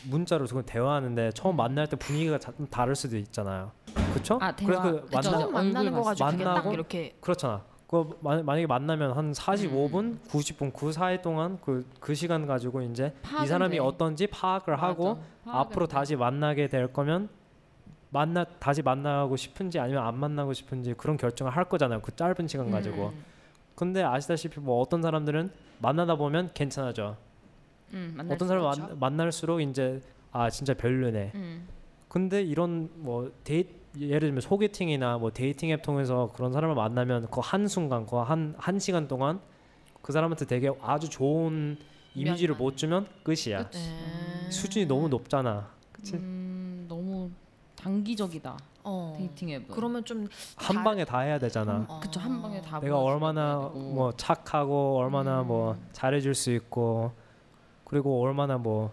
Speaker 1: 문자로 지금 대화하는데 처음 만날 때 분위기가 자- 좀 다를 수도 있잖아요 그쵸?
Speaker 2: 아, 대화.
Speaker 1: 그래서 그
Speaker 2: 그쵸.
Speaker 1: 만나,
Speaker 3: 처음 만나는 거
Speaker 2: 얼굴
Speaker 3: 가지고 그게 딱
Speaker 1: 만나고
Speaker 3: 이렇게
Speaker 1: 그렇잖아. 그 마- 만약에 만나면 한
Speaker 2: 음.
Speaker 1: 45분, 90분 그 사이 동안 그 그 시간 가지고 이제 이
Speaker 2: 파악은
Speaker 1: 사람이
Speaker 2: 돼.
Speaker 1: 어떤지 파악을
Speaker 2: 맞아.
Speaker 1: 하고
Speaker 2: 파악은
Speaker 1: 앞으로
Speaker 2: 돼.
Speaker 1: 다시 만나게 될 거면 만나 다시 만나고 싶은지 아니면 안 만나고 싶은지 그런 결정을 할 거잖아요. 그 짧은 시간 가지고.
Speaker 2: 음,
Speaker 1: 근데 아시다시피 뭐 어떤 사람들은 만나다 보면 괜찮아져.
Speaker 2: 음, 만날
Speaker 1: 어떤
Speaker 2: 수-
Speaker 1: 사람
Speaker 3: 있죠.
Speaker 1: 만, 만날수록 이제 아 진짜 별로네.
Speaker 2: 음,
Speaker 1: 근데 이런 뭐 데이 예를 들면 소개팅이나 뭐 데이팅 앱 통해서 그런 사람을 만나면 그 한 순간 그 한 한 시간 동안 그 사람한테 되게 아주 좋은 이미지를
Speaker 3: 면만.
Speaker 1: 못 주면 끝이야.
Speaker 2: 그치.
Speaker 3: 음.
Speaker 1: 수준이 너무 높잖아. 그치?
Speaker 2: 음, 너무 단기적이다
Speaker 3: 어.
Speaker 2: 데이팅 앱은.
Speaker 3: 그러면 좀
Speaker 1: 한
Speaker 3: 다-
Speaker 1: 방에 다 해야 되잖아.
Speaker 3: 어.
Speaker 2: 그쵸 한 방에 음. 다.
Speaker 1: 내가
Speaker 2: 보여주는
Speaker 1: 얼마나
Speaker 2: 거 아니고.
Speaker 1: 뭐 착하고 얼마나 뭐 잘해줄 수 있고 그리고 얼마나 뭐, 뭐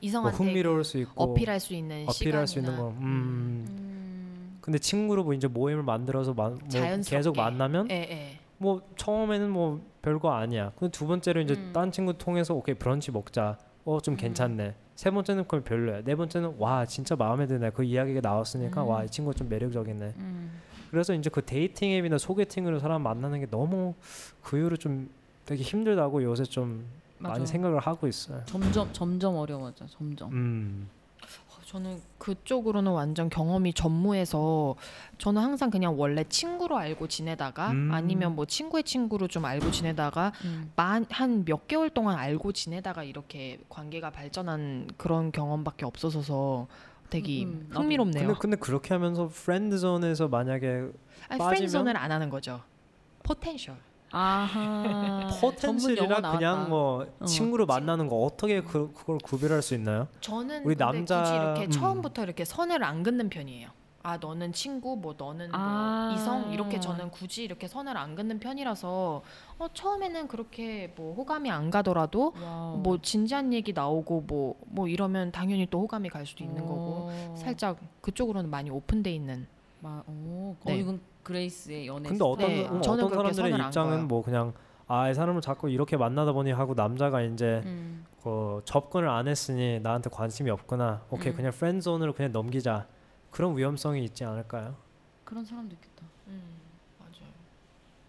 Speaker 3: 이성한테
Speaker 1: 흥미로울 수 있고
Speaker 3: 어필할 수 있는
Speaker 1: 어필할 수 있는
Speaker 3: 네, 시간이나
Speaker 1: 거. 음.
Speaker 2: 음,
Speaker 1: 근데 친구로 뭐 이제 모임을 만들어서 마, 뭐
Speaker 3: 자연스럽게.
Speaker 1: 계속 만나면
Speaker 3: 예, 예.
Speaker 1: 뭐 처음에는 뭐 별거 아니야. 근데 두 번째로 이제
Speaker 2: 음.
Speaker 1: 딴 친구 통해서 오케이 브런치 먹자. 어
Speaker 3: 음.
Speaker 1: 좀 괜찮네. 세 번째는 그럼 별로야. 네 번째는 와 진짜 마음에 드네. 그 이야기가 나왔으니까 와
Speaker 3: 음.
Speaker 1: 이 친구 좀 매력적이네.
Speaker 2: 음.
Speaker 1: 그래서 이제 그 데이팅 앱이나 소개팅으로 사람 만나는 게 너무 그 이후로 좀 되게 힘들다고 요새 좀
Speaker 2: 맞아.
Speaker 1: 많이 생각을 하고 있어요.
Speaker 2: 점점 점점 어려워져 점점.
Speaker 1: 음.
Speaker 3: 어, 저는 그쪽으로는 완전 경험이 전무해서 저는 항상 그냥 원래 친구로 알고 지내다가
Speaker 1: 음.
Speaker 3: 아니면 뭐 친구의 친구로 좀 알고 지내다가
Speaker 2: 음.
Speaker 3: 한 몇 개월 동안 알고 지내다가 이렇게 관계가 발전한 그런 경험밖에 없어서서 되게
Speaker 2: 음, 음, 나도.
Speaker 3: 흥미롭네요.
Speaker 1: 근데 근데 그렇게 하면서 프렌드존에서 만약에
Speaker 3: 아니,
Speaker 1: 빠지면-
Speaker 3: 프렌드존을 안 하는 거죠. 포텐셜.
Speaker 2: 아하. 네, 전문
Speaker 1: 포텐셜이라
Speaker 2: 용어 나왔다.
Speaker 1: 그냥 뭐
Speaker 2: 어.
Speaker 1: 친구로 만나는 거 어떻게 그, 그걸 구별할 수 있나요?
Speaker 3: 저는
Speaker 1: 우리
Speaker 3: 근데
Speaker 1: 남자-
Speaker 3: 굳이 이렇게
Speaker 1: 음.
Speaker 3: 처음부터 이렇게 선을 안 긋는 편이에요. 아 너는 친구, 뭐 너는 뭐
Speaker 2: 아.
Speaker 3: 이성 이렇게 저는 굳이 이렇게 선을 안 긋는 편이라서 어, 처음에는 그렇게 뭐 호감이 안 가더라도
Speaker 2: 와우.
Speaker 3: 뭐 진지한 얘기 나오고 뭐 뭐 이러면 당연히 또 호감이 갈 수도 있는 거고
Speaker 2: 어.
Speaker 3: 살짝 그쪽으로는 많이 오픈돼 있는
Speaker 2: 마, 오,
Speaker 3: 네.
Speaker 2: 거의 이건 그레이스의 연애.
Speaker 1: 근데 어떤
Speaker 3: 네,
Speaker 1: 음,
Speaker 2: 스타일.
Speaker 3: 저는
Speaker 1: 어떤
Speaker 3: 그렇게 선을
Speaker 1: 사람들의
Speaker 3: 안 봐요.
Speaker 1: 입장은 뭐 그냥 아 이 사람을 자꾸 이렇게 만나다 보니 하고 남자가 이제
Speaker 2: 음.
Speaker 1: 그 접근을 안 했으니 나한테 관심이 없구나 오케이
Speaker 2: 음.
Speaker 1: 그냥 프렌드존으로 그냥 넘기자 그런 위험성이 있지 않을까요?
Speaker 2: 그런 사람도 있겠다.
Speaker 3: 맞아요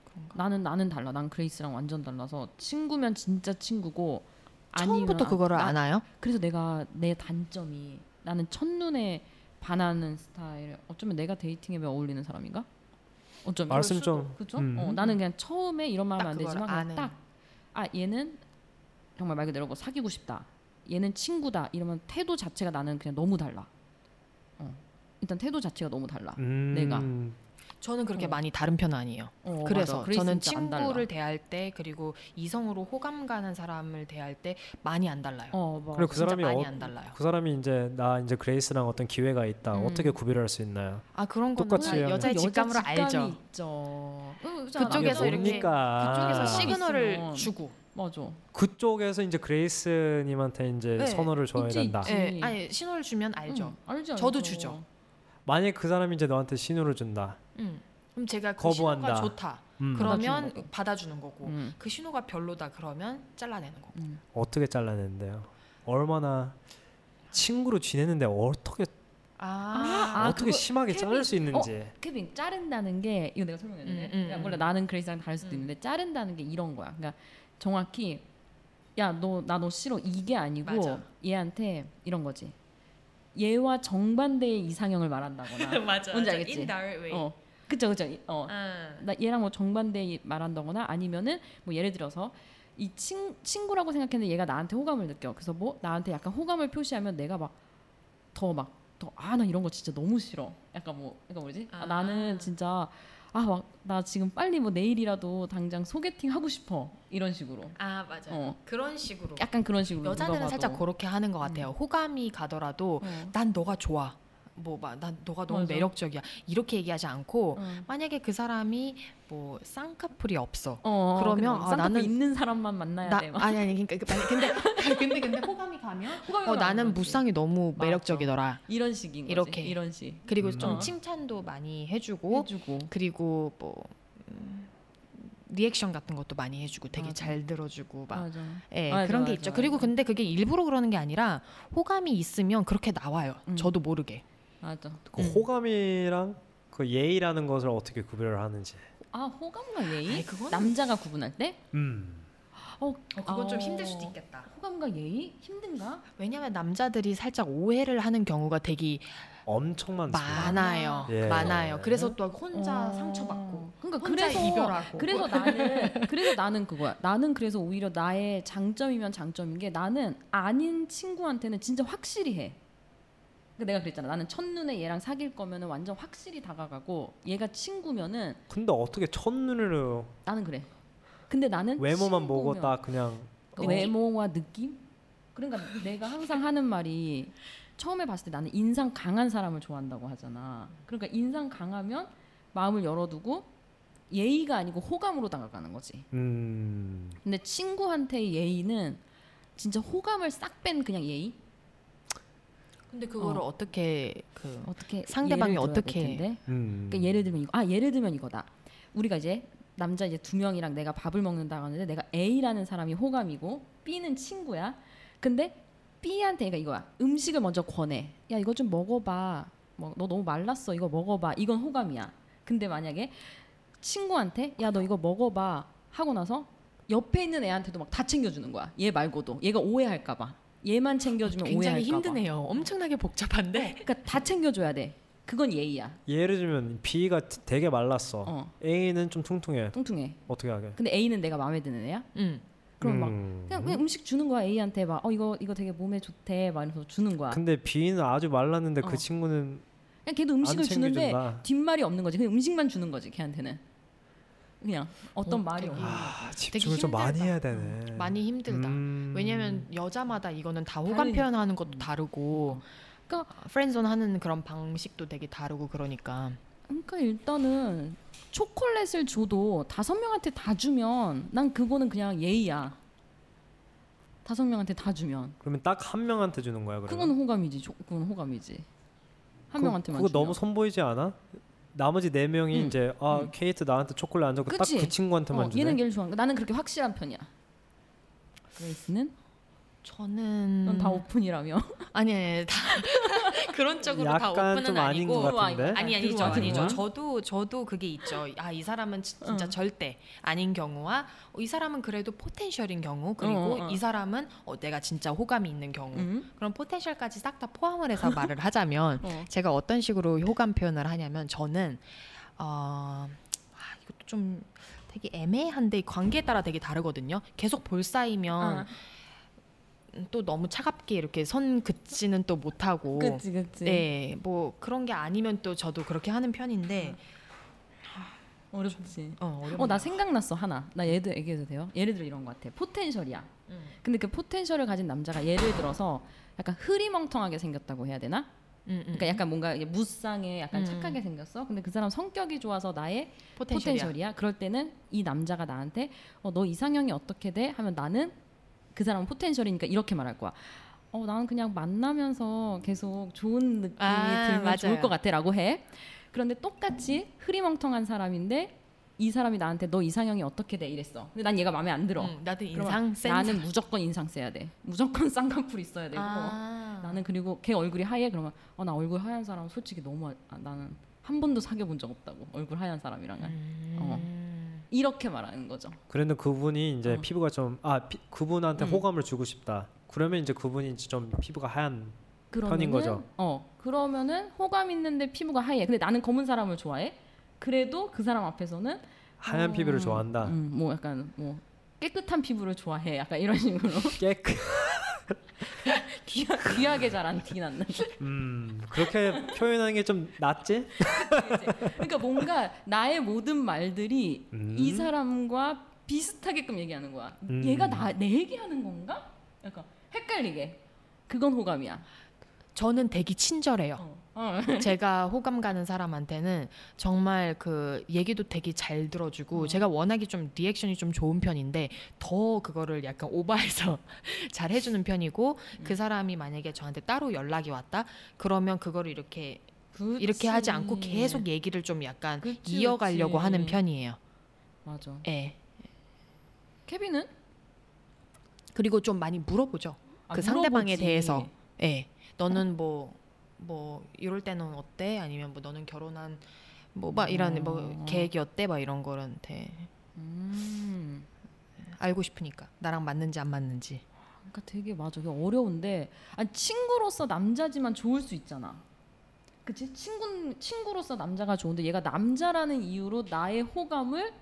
Speaker 3: 그런가
Speaker 2: 음, 나는 나는 달라. 난 그레이스랑 완전 달라서 친구면 진짜 친구고 아니면
Speaker 3: 처음부터
Speaker 2: 안-
Speaker 3: 그거를
Speaker 2: 나-
Speaker 3: 안 와요?
Speaker 2: 그래서 내가 내 단점이 나는 첫눈에 반하는 스타일. 어쩌면 내가 데이팅에 어울리는 사람인가? 어쩌면
Speaker 1: 말씀 좀
Speaker 2: 그죠?
Speaker 1: 음.
Speaker 2: 어, 나는 그냥 처음에 이런 말하면
Speaker 3: 딱
Speaker 2: 안
Speaker 3: 그걸
Speaker 2: 되지만
Speaker 3: 아는. 네.
Speaker 2: 그냥 딱. 아 얘는 정말 말 그대로 뭐 사귀고 싶다. 얘는 친구다. 이러면 태도 자체가 나는 그냥 너무 달라. 어. 일단 태도 자체가 너무 달라.
Speaker 1: 음,
Speaker 2: 내가.
Speaker 3: 저는 그렇게
Speaker 2: 어.
Speaker 3: 많이 다른 편 아니에요
Speaker 2: 어,
Speaker 3: 그래서
Speaker 2: 맞아. 그레이스
Speaker 3: 저는
Speaker 2: 진짜 안 달라.
Speaker 3: 친구를 대할 때 그리고 이성으로 호감 가는 사람을 대할 때 많이 안 달라요.
Speaker 2: 어, 뭐.
Speaker 1: 그리고 그
Speaker 3: 진짜
Speaker 1: 사람이
Speaker 3: 많이
Speaker 1: 어,
Speaker 3: 안 달라요.
Speaker 1: 그 사람이 이제 나 이제 그레이스랑 어떤 기회가 있다
Speaker 2: 음.
Speaker 1: 어떻게 구별할 수 있나요?
Speaker 3: 아 그런 거는
Speaker 1: 똑같이 하면-
Speaker 3: 여자의
Speaker 2: 여자
Speaker 3: 직감으로
Speaker 2: 직감이
Speaker 3: 알죠.
Speaker 2: 있죠.
Speaker 1: 이게
Speaker 3: 그쪽에서 이렇게-
Speaker 1: 뭡니까?
Speaker 3: 그쪽에서
Speaker 2: 아.
Speaker 3: 시그널을
Speaker 2: 있으면.
Speaker 3: 주고.
Speaker 2: 맞아.
Speaker 1: 그쪽에서 이제 그레이스님한테 이제
Speaker 3: 네,
Speaker 1: 선호를 줘야
Speaker 2: 있지,
Speaker 1: 된다.
Speaker 2: 있지.
Speaker 3: 예, 아니 음. 신호를 주면 알죠.
Speaker 2: 응, 알죠. 알죠.
Speaker 3: 저도 주죠.
Speaker 1: 만약 그 사람이 이제 너한테 신호를 준다.
Speaker 3: 음. 그럼 제가 그
Speaker 1: 거부한다.
Speaker 3: 신호가 좋다.
Speaker 1: 음.
Speaker 3: 그러면
Speaker 2: 받아주는 거고.
Speaker 3: 받아주는 거고.
Speaker 2: 음.
Speaker 3: 그 신호가 별로다 그러면 잘라내는 거고.
Speaker 1: 어떻게 잘라낸대요? 얼마나 친구로 지내는데 어떻게
Speaker 3: 아,
Speaker 2: 아,
Speaker 1: 어떻게
Speaker 2: 그거 어?
Speaker 1: 심하게
Speaker 2: 케빈-
Speaker 1: 자를 수 있는지
Speaker 2: 케빈 자른다는 게 이거 내가 그러니까 설명해야 되네.
Speaker 3: 음, 음,
Speaker 2: 야,
Speaker 3: 음.
Speaker 2: 몰라 나는 그레이스랑 다를 수도
Speaker 3: 음.
Speaker 2: 있는데 자른다는 게 이런 거야. 그러니까 정확히 야 너 나 너 싫어 이게 아니고
Speaker 3: 맞아.
Speaker 2: 얘한테 이런 거지. 얘와 정반대의 이상형을 말한다거나.
Speaker 3: 맞아.
Speaker 2: 뭔지 알겠지?
Speaker 3: In direct way.
Speaker 2: 어. 그쵸 그쵸. 어.
Speaker 3: 응.
Speaker 2: 나 얘랑 뭐 정반대 말한다거나 아니면은 뭐 예를 들어서 이 친 친구라고 생각했는데 얘가 나한테 호감을 느껴. 그래서 뭐 나한테 약간 호감을 표시하면 내가 막 더 막 더 아 나 이런 거 진짜 너무 싫어. 약간 뭐 그러니까 뭐지? 아,
Speaker 3: 아.
Speaker 2: 나는 진짜 아 막 나 지금 빨리 뭐 내일이라도 당장 소개팅 하고 싶어 이런 식으로.
Speaker 3: 아 맞아.
Speaker 2: 어.
Speaker 3: 그런 식으로. 음.
Speaker 2: 약간 그런 식으로
Speaker 3: 여자들은
Speaker 2: 누가 봐도.
Speaker 3: 살짝 그렇게 하는 것 같아요. 호감이 가더라도
Speaker 2: 어.
Speaker 3: 난 너가 좋아. 뭐 막 난 너가 너무
Speaker 2: 맞아.
Speaker 3: 매력적이야. 이렇게 얘기하지 않고
Speaker 2: 어.
Speaker 3: 만약에 그 사람이 뭐 쌍꺼풀이 없어.
Speaker 2: 어,
Speaker 3: 그러면,
Speaker 2: 그냥
Speaker 3: 아,
Speaker 2: 쌍꺼풀
Speaker 3: 나는-
Speaker 2: 있는 사람만 만나야
Speaker 3: 나
Speaker 2: 돼. 막.
Speaker 3: 아니 아니 그러니까 그- 아니, 근데 근데 근데 호감이 가면
Speaker 2: 호감이
Speaker 3: 어
Speaker 2: 가는
Speaker 3: 나는
Speaker 2: 거지.
Speaker 3: 무쌍이 너무
Speaker 2: 맞아.
Speaker 3: 매력적이더라.
Speaker 2: 이런 식인 거지.
Speaker 3: 이렇게.
Speaker 2: 이런 식.
Speaker 3: 그리고
Speaker 1: 음.
Speaker 3: 좀
Speaker 2: 어.
Speaker 3: 칭찬도 많이 해주고
Speaker 2: 해주고
Speaker 3: 그리고 뭐 음, 리액션 같은 것도 많이 해주고 되게
Speaker 2: 맞아.
Speaker 3: 잘 들어주고 막
Speaker 2: 맞아.
Speaker 3: 예,
Speaker 2: 맞아,
Speaker 3: 그런 게
Speaker 2: 맞아,
Speaker 3: 있죠.
Speaker 2: 맞아.
Speaker 3: 그리고 근데 그게 일부러 그러는 게 아니라 호감이 있으면 그렇게 나와요.
Speaker 2: 음.
Speaker 3: 저도 모르게.
Speaker 2: 맞아.
Speaker 1: 그
Speaker 3: 음.
Speaker 1: 호감이랑 그 예의라는 것을 어떻게 구별을 하는지.
Speaker 2: 아 호감과 예의?
Speaker 3: 아이, 그거는-
Speaker 2: 남자가 구분할 때?
Speaker 1: 음.
Speaker 2: 어, 어,
Speaker 3: 있겠다.
Speaker 2: 호감과 예의 힘든가?
Speaker 3: 왜냐면 남자들이 살짝 오해를 하는 경우가 되게
Speaker 1: 엄청 많습니다.
Speaker 3: 많아요.
Speaker 1: 예.
Speaker 3: 많아요. 그래서 또 혼자
Speaker 2: 어.
Speaker 3: 상처받고
Speaker 2: 그러니까
Speaker 3: 혼자
Speaker 2: 그래서
Speaker 3: 이별하고.
Speaker 2: 그래서 나는 그래서 나는 그거야. 나는 그래서 오히려 나의 장점이면 장점인 게 나는 아닌 친구한테는 진짜 확실히 해. 그러니까 내가 그랬잖아. 나는 첫눈에 얘랑 사귈 거면은 완전 확실히 다가가고 얘가 친구면은
Speaker 1: 근데 어떻게 첫눈으로
Speaker 2: 나는 그래. 근데 나는
Speaker 1: 외모만
Speaker 2: 친구면-
Speaker 1: 보고 딱 그냥
Speaker 2: 그러니까 외모와 느낌? 그러니까 내가 항상 하는 말이 처음에 봤을 때 나는 인상 강한 사람을 좋아한다고 하잖아. 그러니까 인상 강하면 마음을 열어두고 예의가 아니고 호감으로 다가가는 거지.
Speaker 1: 음.
Speaker 2: 근데 친구한테의 예의는 진짜 호감을 싹 뺀 그냥 예의?
Speaker 3: 근데 그거를 어. 떻게 그
Speaker 2: 어떻게
Speaker 3: 상대방이
Speaker 2: 예를 들어야 될
Speaker 3: 어떻게-
Speaker 2: 텐데?
Speaker 1: 음.
Speaker 2: 그러니까 예를 들면 이거 아 예를 들면 이거다. 우리가 이제 남자 이제 두 명이랑 내가 밥을 먹는다고 하는데 내가 A라는 사람이 호감이고 B는 친구야. 근데 B한테 얘가 이거야. 음식을 먼저 권해. 야 이거 좀 먹어봐. 뭐 너 너무 말랐어. 이거 먹어봐. 이건 호감이야. 근데 만약에 친구한테 야 너 이거 먹어봐 하고 나서 옆에 있는 애한테도 막 다 챙겨주는 거야. 얘 말고도 얘가 오해할까봐. 얘만 챙겨주면
Speaker 3: 굉장히
Speaker 2: 오해할까봐.
Speaker 3: 힘드네요. 엄청나게 복잡한데.
Speaker 2: 그러니까 다 챙겨줘야 돼. 그건 예의야.
Speaker 1: 예를 들면 B가 되게 말랐어.
Speaker 2: 어.
Speaker 1: A는 좀 퉁퉁해.
Speaker 2: 뚱뚱해.
Speaker 1: 어떻게 하게?
Speaker 2: 근데 A는 내가 마음에 드는 애야?
Speaker 3: 음.
Speaker 2: 그럼 막
Speaker 1: 음.
Speaker 2: 그냥, 그냥 음식 주는 거야 A한테 막 어 이거 이거 되게 몸에 좋대 막 이러면서 주는 거야.
Speaker 1: 근데 B는 아주 말랐는데
Speaker 2: 어.
Speaker 1: 그 친구는
Speaker 2: 그냥 걔도 음식을
Speaker 1: 안
Speaker 2: 주는데
Speaker 1: 챙겨준다.
Speaker 2: 뒷말이 없는 거지. 그냥 음식만 주는 거지 걔한테는. 그냥 어떤
Speaker 3: 어,
Speaker 2: 말이
Speaker 3: 되게-
Speaker 2: 없는 거야.
Speaker 1: 아, 집중을 좀
Speaker 3: 힘들다.
Speaker 1: 많이
Speaker 2: 어,
Speaker 1: 해야 되네.
Speaker 3: 많이 힘들다.
Speaker 1: 음.
Speaker 3: 왜냐면 여자마다 이거는 다 호감
Speaker 2: 다르니까.
Speaker 3: 표현하는 것도 다르고
Speaker 2: 그러니까-
Speaker 3: 프렌즈존 하는 그런 방식도 되게 다르고 그러니까
Speaker 2: 그러니까 일단은 초콜릿을 줘도 다섯 명한테 다 주면 난 그거는 그냥 예의야. 다섯 명한테 다 주면
Speaker 1: 그러면 딱 한 명한테 주는 거야, 아, 그러면.
Speaker 2: 그건 호감이지. 조- 그건 호감이지. 한
Speaker 1: 그-
Speaker 2: 명한테만
Speaker 1: 그거
Speaker 2: 주면.
Speaker 1: 너무 선보이지 않아? 나머지 네 명이
Speaker 2: 응.
Speaker 1: 이제 아 케이트 나한테 초콜릿 안 줬고 딱
Speaker 2: 그치?
Speaker 1: 그 친구한테만
Speaker 2: 어,
Speaker 1: 주네.
Speaker 2: 얘는 걔를 좋아하는 거. 나는 그렇게 확실한 편이야. 레이스는
Speaker 3: 저는
Speaker 2: 넌 다 오픈이라며.
Speaker 3: 아니 아니 다 그런 쪽으로 다
Speaker 1: 약간
Speaker 3: 오픈은
Speaker 1: 좀 아닌
Speaker 3: 아니고
Speaker 1: 것 같은데.
Speaker 2: 아니,
Speaker 3: 아니 아니죠
Speaker 2: 들어와, 들어와.
Speaker 3: 아니죠 저도 저도 그게 있죠 아 이 사람은 진- 진짜
Speaker 2: 응.
Speaker 3: 절대 아닌 경우와 어, 이 사람은 그래도 포텐셜인 경우 그리고
Speaker 2: 어, 어, 어.
Speaker 3: 이 사람은 어, 내가 진짜 호감이 있는 경우
Speaker 2: 응?
Speaker 3: 그럼 포텐셜까지 싹 다 포함을 해서 말을 하자면
Speaker 2: 어.
Speaker 3: 제가 어떤 식으로 호감 표현을 하냐면 저는 어, 아, 이것도 좀 되게 애매한데 관계에 따라 되게 다르거든요. 계속 볼 사이면
Speaker 2: 아,
Speaker 3: 또 너무 차갑게 이렇게 선 긋지는 또 못하고
Speaker 2: 그치 그치.
Speaker 3: 네, 뭐 그런 게 아니면 또 저도 그렇게 하는 편인데
Speaker 2: 음. 어렵지.
Speaker 3: 어, 어렵네요.
Speaker 2: 어 나 생각났어 하나. 나 얘도 얘기해도 돼요? 예를 들어 이런 거 같아. 포텐셜이야.
Speaker 3: 음.
Speaker 2: 근데 그 포텐셜을 가진 남자가 예를 들어서 약간 흐리멍텅하게 생겼다고 해야 되나?
Speaker 3: 음, 음.
Speaker 2: 그러니까 약간 뭔가 이게 무쌍에 약간
Speaker 3: 음.
Speaker 2: 착하게 생겼어. 근데 그 사람 성격이 좋아서 나의
Speaker 3: 포텐셜이야.
Speaker 2: 포텐셜이야. 그럴 때는 이 남자가 나한테 어, 너 이상형이 어떻게 돼? 하면 나는 그 사람은 포텐셜이니까 이렇게 말할 거야. 어, 나는 그냥 만나면서 계속 좋은 느낌이
Speaker 3: 아,
Speaker 2: 들면 좋을
Speaker 3: 맞아요.
Speaker 2: 것 같아라고 해. 그런데 똑같이 흐리멍텅한 사람인데 이 사람이 나한테 너 이상형이 어떻게 돼 이랬어. 근데 난 얘가 마음에 안 들어.
Speaker 3: 음, 나도
Speaker 2: 그러면
Speaker 3: 인상 센
Speaker 2: 나는 무조건 인상 써야 돼. 무조건 쌍꺼풀 있어야 되고.
Speaker 3: 아.
Speaker 2: 나는 그리고 걔 얼굴이 하얘 그러면 어, 나 얼굴 하얀 사람 아, 솔직히 너무 아, 나는 한 번도 사귀어 본 적 없다고. 얼굴 하얀 사람이랑은.
Speaker 3: 음.
Speaker 2: 이렇게 말하는 거죠.
Speaker 1: 그런데 그분이 이제
Speaker 2: 어.
Speaker 1: 피부가 좀 아 그분한테
Speaker 2: 음.
Speaker 1: 호감을 주고 싶다. 그러면 이제 그분이 이제 좀 피부가 하얀
Speaker 2: 그러면은
Speaker 1: 편인 거죠.
Speaker 2: 어 그러면은 호감 있는데 피부가 하얘. 근데 나는 검은 사람을 좋아해. 그래도 그 사람 앞에서는
Speaker 1: 하얀
Speaker 2: 어.
Speaker 1: 피부를 좋아한다.
Speaker 2: 음, 뭐 약간 뭐 깨끗한 피부를 좋아해. 약간 이런 식으로
Speaker 1: 깨끗.
Speaker 2: 귀하, 귀하게 잘안 티났는.
Speaker 1: 음 그렇게 표현하는 게 좀 낫지?
Speaker 2: 그러니까 뭔가 나의 모든 말들이
Speaker 1: 음.
Speaker 2: 이 사람과 비슷하게끔 얘기하는 거야.
Speaker 1: 음.
Speaker 2: 얘가 나 내 얘기하는 건가? 약간 헷갈리게. 그건 호감이야.
Speaker 3: 저는 되게
Speaker 1: 아.
Speaker 3: 친절해요.
Speaker 2: 어. 어.
Speaker 3: 제가 호감 가는 사람한테는 정말 그 얘기도 되게 잘 들어주고 제가 워낙에 좀 리액션이 좀 좋은 편인데 더 그거를 약간 오버해서 잘 해주는 편이고 그 사람이 만약에 저한테 따로 연락이 왔다 그러면 그거를 이렇게
Speaker 2: 그치.
Speaker 3: 이렇게 하지 않고 계속 얘기를 좀 약간
Speaker 2: 그치,
Speaker 3: 이어가려고
Speaker 2: 그치.
Speaker 3: 하는 편이에요.
Speaker 2: 맞아.
Speaker 3: 예.
Speaker 2: 케빈은
Speaker 3: 그리고 좀 많이 물어보죠.
Speaker 2: 아,
Speaker 3: 그 상대방에
Speaker 2: 물어보지.
Speaker 3: 대해서. 예. 너는 뭐 뭐 이럴 때는 어때? 아니면 뭐 너는 결혼한 뭐 막 이런 뭐
Speaker 2: 어.
Speaker 3: 계획이 어때? 막 이런 거한테
Speaker 2: 음.
Speaker 3: 알고 싶으니까 나랑 맞는지 안 맞는지.
Speaker 2: 그러니까 되게 맞아. 이게 어려운데 아니 친구로서 남자지만 좋을 수 있잖아. 그치? 친구 친구로서 남자가 좋은데 얘가 남자라는 이유로 나의 호감을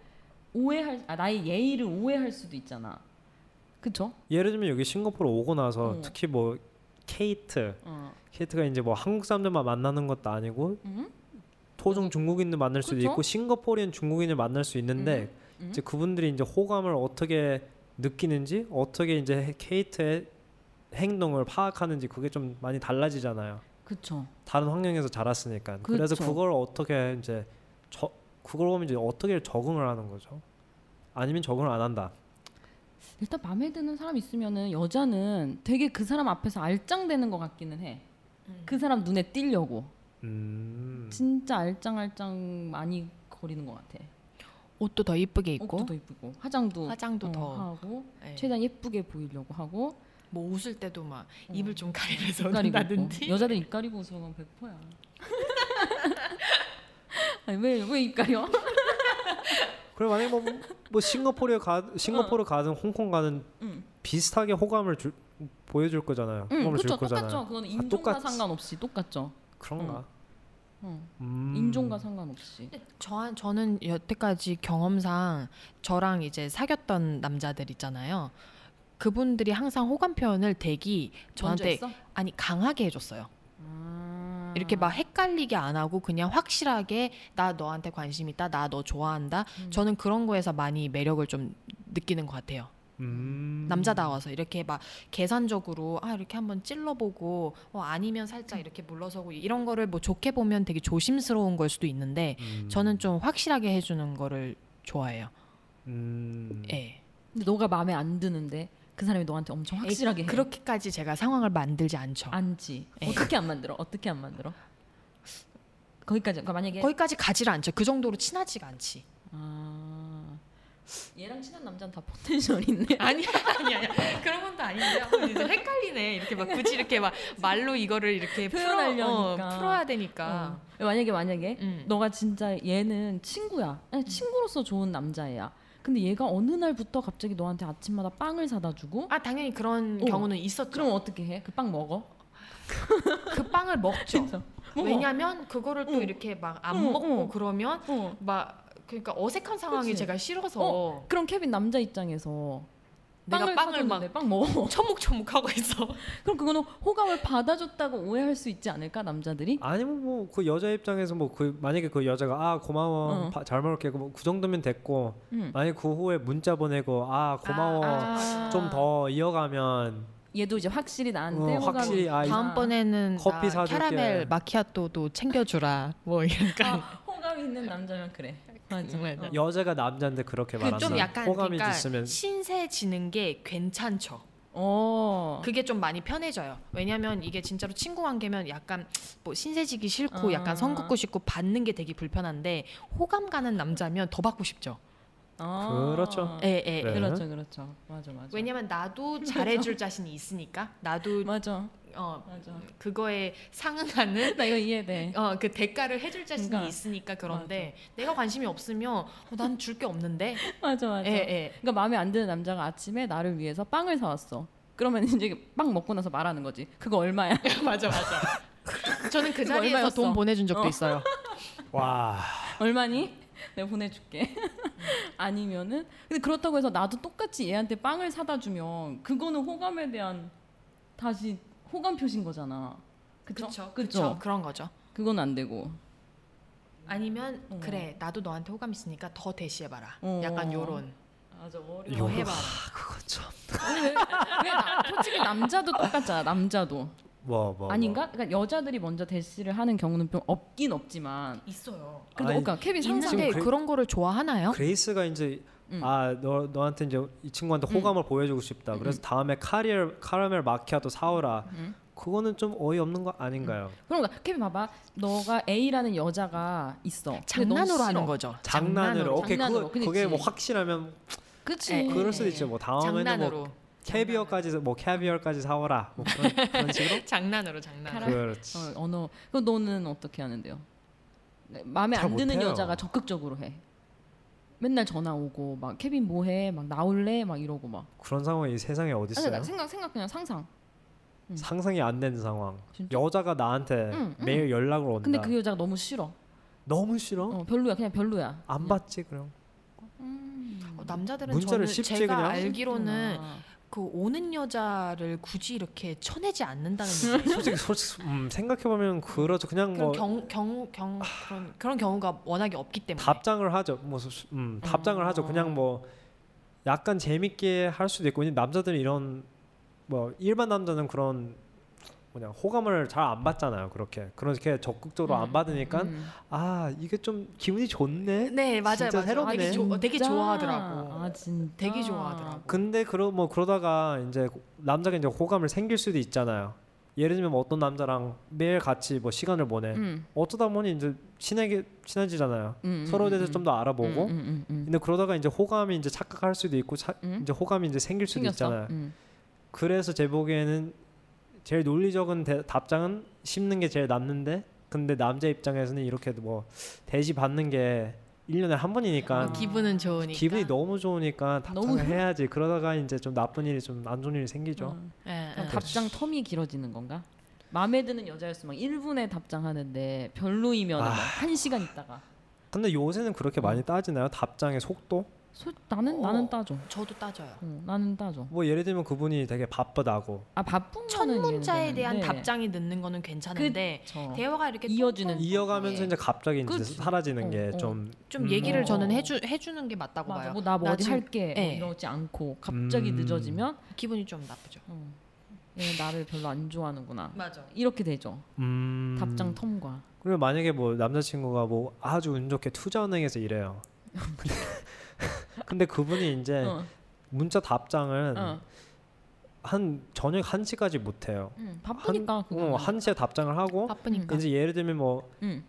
Speaker 2: 오해할 아 나의 예의를 오해할 수도 있잖아. 그쵸?
Speaker 1: 예를 들면 여기 싱가포르 오고 나서
Speaker 2: 음.
Speaker 1: 특히 뭐 케이트,
Speaker 2: 어.
Speaker 1: 케이트가 이제 뭐 한국 사람들만 만나는 것도 아니고
Speaker 2: 음?
Speaker 1: 토종 중국인도 만날 수도
Speaker 2: 그쵸?
Speaker 1: 있고 싱가포르인 중국인을 만날 수 있는데
Speaker 2: 음.
Speaker 1: 이제 그분들이 이제 호감을 어떻게 느끼는지 어떻게 이제 케이트의 행동을 파악하는지 그게 좀 많이 달라지잖아요.
Speaker 2: 그쵸.
Speaker 1: 다른 환경에서 자랐으니까. 그래서
Speaker 2: 그쵸.
Speaker 1: 그걸 어떻게 이제 저 그걸 보면 이제 어떻게 적응을 하는 거죠. 아니면 적응을 안 한다.
Speaker 2: 일단 마음에 드는 사람 있으면은 여자는 되게 그 사람 앞에서 알짱대는 것 같기는 해. 그 사람 눈에 띄려고
Speaker 1: 음.
Speaker 2: 진짜 알짱알짱 많이 거리는 것 같아.
Speaker 3: 옷도 더 이쁘게
Speaker 2: 옷도
Speaker 3: 입고
Speaker 2: 더 이쁘고 화장도
Speaker 3: 화장도
Speaker 2: 어,
Speaker 3: 더
Speaker 2: 하고
Speaker 3: 예.
Speaker 2: 최대한 예쁘게 보이려고 하고
Speaker 3: 뭐 웃을 때도 막
Speaker 2: 어.
Speaker 3: 입을 좀 음. 가리면서
Speaker 2: 입가리고
Speaker 3: 웃는다든지.
Speaker 2: 웃고. 여자들 입가리고 웃으면 100%야 아니 왜왜 입가려?
Speaker 1: 그리고 만약에 뭐, 뭐 싱가포르에 가 싱가포르 가든 홍콩 가든
Speaker 2: 응.
Speaker 1: 비슷하게 호감을 줄 보여줄 거잖아요.
Speaker 2: 응
Speaker 1: 호감을
Speaker 2: 그렇죠
Speaker 1: 줄 거잖아요.
Speaker 2: 똑같죠 그거는
Speaker 1: 음, 아,
Speaker 2: 인종과
Speaker 1: 똑같지.
Speaker 2: 상관없이 똑같죠
Speaker 1: 그런가?
Speaker 2: 응.
Speaker 1: 음.
Speaker 2: 인종과 상관없이
Speaker 3: 저 저는 여태까지 경험상 저랑 이제 사귀었던 남자들 있잖아요. 그분들이 항상 호감 표현을 되게
Speaker 2: 먼저
Speaker 3: 저한테
Speaker 2: 했어?
Speaker 3: 아니 강하게 해줬어요.
Speaker 2: 아.
Speaker 3: 이렇게 막 헷갈리게 안 하고 그냥 확실하게 나 너한테 관심 있다, 나 너 좋아한다.
Speaker 2: 음.
Speaker 3: 저는 그런 거에서 많이 매력을 좀 느끼는 것 같아요.
Speaker 1: 음.
Speaker 3: 남자다워서 이렇게 막 계산적으로 아 이렇게 한번 찔러보고 어, 아니면 살짝 이렇게 물러서고 이런 거를 뭐 좋게 보면 되게 조심스러운 걸 수도 있는데
Speaker 1: 음.
Speaker 3: 저는 좀 확실하게 해주는 거를 좋아해요.
Speaker 1: 음.
Speaker 3: 예.
Speaker 2: 근데 너가 마음에 안 드는데 그 사람이 너한테 엄청 확실하게 해
Speaker 3: 그렇게까지 제가 상황을 만들지 않죠.
Speaker 2: 안지
Speaker 3: 예.
Speaker 2: 어떻게 안 만들어? 어떻게 안 만들어? 거기까지 그러니까 만약에
Speaker 3: 거기까지 가지를 않죠. 그 정도로 친하지가 않지.
Speaker 2: 아 얘랑 친한 남자는 다 포텐셜 있네.
Speaker 3: 아니 아니 아니 그런 건 또 아닌데요. 이제 헷갈리네. 이렇게 막 굳이 이렇게 막 말로 이거를 이렇게
Speaker 2: 표현하려니까.
Speaker 3: 풀어, 어, 풀어야 되니까.
Speaker 2: 어. 만약에 만약에
Speaker 3: 음.
Speaker 2: 너가 진짜 얘는 친구야. 아니, 친구로서 좋은 남자애야. 근데 얘가 어느 날부터 갑자기 너한테 아침마다 빵을 사다 주고
Speaker 3: 아 당연히 그런
Speaker 2: 어.
Speaker 3: 경우는 있었죠.
Speaker 2: 그럼 어떻게 해? 그 빵 먹어?
Speaker 3: 그 빵을 먹죠.
Speaker 2: 진짜.
Speaker 3: 왜냐면 그거를 또
Speaker 1: 어.
Speaker 2: 응.
Speaker 3: 이렇게 막 안
Speaker 2: 응,
Speaker 3: 먹고
Speaker 2: 응.
Speaker 3: 그러면
Speaker 2: 어.
Speaker 3: 막 그러니까 어색한 상황이
Speaker 2: 그치.
Speaker 3: 제가 싫어서
Speaker 2: 그럼 케빈 남자 입장에서
Speaker 3: 내가 빵을 막
Speaker 2: 사줬는데 빵 먹어.
Speaker 3: 초목초목 하고 있어.
Speaker 2: 그럼 그거는 호감을 받아줬다고 오해할 수 있지 않을까 남자들이?
Speaker 1: 아니면 뭐 그 여자 입장에서 뭐 그 만약에 그 여자가 아 고마워
Speaker 2: 어.
Speaker 1: 바- 잘 먹을게 뭐그 정도면 됐고
Speaker 2: 응.
Speaker 1: 만약 그 후에 문자 보내고 아 고마워
Speaker 3: 아,
Speaker 1: 좀 더 이어가면
Speaker 2: 얘도 이제 확실히
Speaker 1: 어,
Speaker 2: 나한테 호감이
Speaker 1: 확실히 아, 이-
Speaker 3: 다음번에는
Speaker 1: 커피
Speaker 3: 나
Speaker 1: 사줄게.
Speaker 3: 캐러멜 마키아토도 챙겨주라. 뭐
Speaker 2: 아,
Speaker 3: 약간
Speaker 2: 호감 있는 남자면 그래. 맞아.
Speaker 3: 맞아.
Speaker 2: 어.
Speaker 1: 여자가 남자한테 그렇게
Speaker 3: 그
Speaker 1: 말하면
Speaker 3: 좀 약간
Speaker 1: 호감이
Speaker 3: 그러니까
Speaker 1: 있으면
Speaker 3: 신세지는 게 괜찮죠.
Speaker 2: 어.
Speaker 3: 그게 좀 많이 편해져요. 왜냐면 이게 진짜로 친구 관계면 약간 뭐 신세지기 싫고
Speaker 2: 아.
Speaker 3: 약간 성긋고 싶고 받는 게 되게 불편한데 호감 가는 남자면 더 받고 싶죠.
Speaker 2: 아.
Speaker 1: 그렇죠.
Speaker 3: 예, 예.
Speaker 1: 네.
Speaker 2: 그렇죠, 그렇죠. 맞아, 맞아.
Speaker 3: 왜냐면 나도 잘해줄 자신이 있으니까 나도
Speaker 2: 맞아.
Speaker 3: 어
Speaker 2: 맞아.
Speaker 3: 그거에 상응하는
Speaker 2: 나 이거 이해돼.
Speaker 3: 어 그 대가를 해줄 자신이
Speaker 2: 그러니까.
Speaker 3: 있으니까 그런데 내가 관심이 없으면 어, 난 줄 게 없는데
Speaker 2: 맞아 맞아.
Speaker 3: 예예
Speaker 2: 그러니까 마음에 안 드는 남자가 아침에 나를 위해서 빵을 사왔어. 그러면 이제 빵 먹고 나서 말하는 거지. 그거 얼마야?
Speaker 3: 맞아 맞아 저는 그
Speaker 2: 그거
Speaker 3: 자리에서
Speaker 2: 얼마였어?
Speaker 3: 돈 보내준 적도
Speaker 2: 어.
Speaker 3: 있어요
Speaker 1: 와.
Speaker 2: 얼마니? 내가 보내줄게. 아니면은 근데 그렇다고 해서 나도 똑같이 얘한테 빵을 사다 주면 그거는 호감에 대한 다시 호감 표신 거잖아. 그쵸?
Speaker 3: 그쵸 그런 거죠
Speaker 2: 그건 안 되고.
Speaker 3: 아니면
Speaker 2: 어.
Speaker 3: 그래 나도 너한테 호감 있으니까 더 대시해봐라
Speaker 2: 어.
Speaker 3: 약간 요런
Speaker 2: 맞아
Speaker 3: 요
Speaker 1: 요거.
Speaker 2: 어려워.
Speaker 3: 해봐라
Speaker 1: 그건 참.
Speaker 2: 왜 나- 솔직히 남자도 똑같잖아. 남자도
Speaker 1: 뭐 뭐. 뭐.
Speaker 2: 아닌가? 그러니까 여자들이 먼저 대시를 하는 경우는 좀 없긴 없지만.
Speaker 3: 있어요
Speaker 2: 그래도
Speaker 1: 아니,
Speaker 2: 그러니까 케빈 상상.
Speaker 3: 있는데
Speaker 1: 지금 그-
Speaker 3: 그런 거를 좋아하나요?
Speaker 1: 그레이스가 이제
Speaker 2: 음.
Speaker 1: 아 너 너한테 이제 이 친구한테 호감을 보여주고 싶다. 그래서 다음에 카리엘 카라멜 마키아도 사오라.
Speaker 2: 음.
Speaker 1: 그거는 좀 어이없는 거 아닌가요?
Speaker 2: 그럼 그러니까 케빈 봐봐. 너가 A라는 여자가 있어. 근데 넌
Speaker 3: 장난으로
Speaker 2: 싫어.
Speaker 3: 하는 거죠
Speaker 1: 장난으로. 오케이
Speaker 2: 장난으로,
Speaker 1: 그거 그게 뭐
Speaker 2: 그치. 네.
Speaker 1: 확실하면
Speaker 2: 그치.
Speaker 3: 에, 에.
Speaker 1: 그럴 수도 있죠. 뭐
Speaker 2: 어,
Speaker 1: 다음에는 뭐
Speaker 3: 장난으로
Speaker 1: 캐비어까지 뭐 캐비어까지 사오라. 뭐 그런, 그런 식으로.
Speaker 3: 장난으로 장난
Speaker 2: 카라-
Speaker 1: 그렇지.
Speaker 2: 어, 언어. 그 너는 어떻게 하는데요? 네, 마음에
Speaker 1: 잘
Speaker 2: 안 드는
Speaker 1: 못해요.
Speaker 2: 여자가 적극적으로 해. 맨날 전화 오고 막 케빈 뭐 해? 막 나올래? 막 이러고 막.
Speaker 1: 그런 상황이 세상에 어디
Speaker 2: 아니,
Speaker 1: 있어요?
Speaker 2: 나 생각 생각 그냥 상상. 음.
Speaker 1: 상상이 안 되는 상황.
Speaker 2: 진짜?
Speaker 1: 여자가 나한테
Speaker 2: 응, 응.
Speaker 1: 매일 연락을 온다.
Speaker 2: 근데 그 여자가 너무 싫어.
Speaker 1: 너무 싫어.
Speaker 2: 어, 별로야. 그냥 별로야.
Speaker 1: 안 받지 그럼.
Speaker 3: 어, 남자들은
Speaker 1: 문자를
Speaker 3: 저는
Speaker 1: 쉽지
Speaker 3: 제가
Speaker 1: 그냥?
Speaker 3: 알기로는
Speaker 2: 아.
Speaker 3: 그 오는 여자를 굳이 이렇게 쳐내지 않는다는 얘기
Speaker 1: 솔직히 솔직히 음, 생각해 보면 그렇죠. 그냥
Speaker 3: 그런
Speaker 1: 뭐 아.
Speaker 3: 경우 경우 경 그런 그런 경우가 워낙에 없기 때문에
Speaker 1: 답장을 하죠. 뭐 수- 음, 답장을 하죠. 그냥 뭐 약간 재밌게 할 수도 있고 왜냐면 남자들은 이런 뭐 일반 남자는 그런 뭐냐 호감을 잘 안 받잖아요. 그렇게 그렇게 적극적으로 안 받으니까
Speaker 2: 음.
Speaker 1: 아 이게 좀 기분이 좋네.
Speaker 3: 네 맞아요
Speaker 1: 진짜
Speaker 3: 맞아요
Speaker 1: 새롭네.
Speaker 3: 되게, 조, 되게
Speaker 2: 진짜?
Speaker 3: 좋아하더라고
Speaker 2: 아 진짜.
Speaker 3: 되게 좋아하더라고
Speaker 1: 근데 그러 뭐 그러다가 이제 남자가 이제 호감을 생길 수도 있잖아요. 예를 들면 어떤 남자랑 매일 같이 뭐 시간을 보내.
Speaker 2: 음.
Speaker 1: 어쩌다 보니 이제 친하게 친해지잖아요.
Speaker 2: 음,
Speaker 1: 서로에
Speaker 2: 음,
Speaker 1: 대해서
Speaker 2: 음,
Speaker 1: 좀 더 알아보고.
Speaker 2: 음, 음, 음, 음.
Speaker 1: 근데 그러다가 이제 호감이 이제 착각할 수도 있고 차-
Speaker 2: 음?
Speaker 1: 이제 호감이 이제 생길 수도
Speaker 2: 생겼어?
Speaker 1: 있잖아요.
Speaker 2: 음.
Speaker 1: 그래서 제 보기에는 제일 논리적인 대- 답장은 씹는 게 제일 낫는데 근데 남자 입장에서는 이렇게 뭐 대시 받는 게 1년에 한 번이니까
Speaker 2: 아,
Speaker 3: 어, 기분은 좋으니까
Speaker 1: 기분이 너무 좋으니까 답장을
Speaker 2: 너무
Speaker 1: 해야지 그러다가 이제 좀 나쁜 일이 좀 안 좋은 일이 생기죠.
Speaker 2: 어.
Speaker 3: 예,
Speaker 1: 네.
Speaker 2: 그럼
Speaker 3: 예.
Speaker 2: 답장 텀이 길어지는 건가? 마음에 드는 여자였으면 1분에 답장하는데 별로이면
Speaker 1: 아.
Speaker 2: 막 1시간 있다가
Speaker 1: 근데 요새는 그렇게 많이
Speaker 2: 음.
Speaker 1: 따지나요? 답장의 속도?
Speaker 2: 소, 나는
Speaker 3: 어.
Speaker 2: 나는 따져.
Speaker 3: 저도 따져요
Speaker 2: 어, 나는 따져.
Speaker 1: 뭐 예를 들면 그분이 되게 바쁘다고
Speaker 2: 아 바쁜
Speaker 3: 첫
Speaker 2: 거는
Speaker 3: 문자에
Speaker 2: 이해는
Speaker 3: 대한
Speaker 2: 되는데.
Speaker 3: 답장이 늦는 거는 괜찮은데
Speaker 2: 저.
Speaker 3: 대화가 이렇게
Speaker 2: 이어지는
Speaker 3: 똥똥
Speaker 1: 어. 이어가면서 음.
Speaker 3: 예.
Speaker 1: 이제 갑자기 이제
Speaker 2: 그치.
Speaker 1: 사라지는
Speaker 2: 어, 어.
Speaker 1: 게 좀
Speaker 3: 좀 얘기를
Speaker 2: 어.
Speaker 3: 저는 해주 해주는 게 맞다고
Speaker 2: 맞아.
Speaker 3: 봐요
Speaker 2: 뭐나뭐
Speaker 3: 나
Speaker 2: 어디
Speaker 3: 지금-
Speaker 2: 할게
Speaker 3: 예.
Speaker 2: 뭐 이러지 않고 갑자기
Speaker 1: 음.
Speaker 2: 늦어지면
Speaker 3: 기분이 좀 나쁘죠
Speaker 2: 어, 얘 나를 별로 안 좋아하는구나.
Speaker 3: 맞아
Speaker 2: 이렇게 되죠.
Speaker 1: 음...
Speaker 2: 답장 텀과.
Speaker 1: 그리고 만약에 뭐 남자친구가 뭐 아주 운 좋게 투자은행에서 일해요. 근데 그분이 이제
Speaker 2: 어,
Speaker 1: 문자 답장을
Speaker 2: 어.
Speaker 1: 한 저녁 1시까지 못 해요.
Speaker 2: 음, 바쁘니까 그거.
Speaker 1: 어, 1시에 답장을 하고
Speaker 3: 바쁘니까
Speaker 1: 이제 예를 들면 뭐
Speaker 2: 음.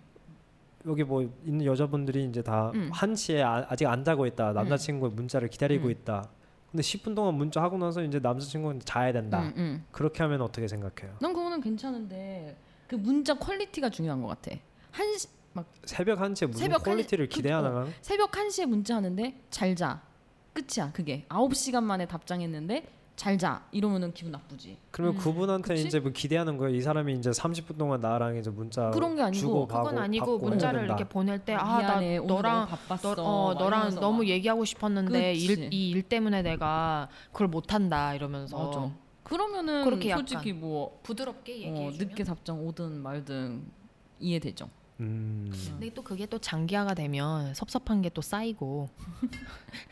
Speaker 1: 여기 뭐 있는 여자분들이 이제 다
Speaker 2: 음.
Speaker 1: 1시에 아, 아직 안 자고 있다. 남자친구의 문자를 기다리고
Speaker 2: 음.
Speaker 1: 있다. 근데 10분 동안 문자 하고 나서 이제 남자친구는 자야 된다.
Speaker 2: 음, 음.
Speaker 1: 그렇게 하면 어떻게 생각해요?
Speaker 2: 난 그거는 괜찮은데 그 문자 퀄리티가 중요한 것 같아. 한 시,
Speaker 1: 새벽 1시에 무슨
Speaker 2: 새벽 한-
Speaker 1: 퀄리티를
Speaker 2: 그-
Speaker 1: 기대하나?
Speaker 2: 새벽 1 시에 문자하는데 잘 자. 끝이야 그게. 9 시간 만에 답장했는데 잘 자. 이러면은 기분 나쁘지.
Speaker 1: 그러면
Speaker 3: 음,
Speaker 1: 그분한테
Speaker 2: 그치?
Speaker 1: 이제 뭐 기대하는 거예요. 이 사람이 이제 30분 동안 나랑 이제 문자
Speaker 2: 그런 게 아니고
Speaker 1: 주고 가고
Speaker 3: 뭐 그건 아니고
Speaker 1: 받고
Speaker 3: 문자를
Speaker 1: 해야
Speaker 3: 이렇게
Speaker 1: 된다.
Speaker 3: 보낼 때 아 나
Speaker 2: 미안해, 오늘
Speaker 3: 너랑
Speaker 2: 너무 바빴어.
Speaker 3: 너, 어,
Speaker 2: 막
Speaker 3: 너랑
Speaker 2: 이러면서
Speaker 3: 너무
Speaker 2: 막.
Speaker 3: 얘기하고 싶었는데
Speaker 2: 그치.
Speaker 3: 일, 이 일 때문에 내가 그걸 못한다 이러면서
Speaker 2: 맞아. 그러면은
Speaker 3: 그렇게 약간
Speaker 2: 솔직히 뭐
Speaker 3: 부드럽게
Speaker 2: 어,
Speaker 3: 얘기해주면
Speaker 2: 늦게 답장 오든 말든 이해되죠.
Speaker 1: 음.
Speaker 3: 근데 또 그게 또 장기화가 되면 섭섭한 게 또 쌓이고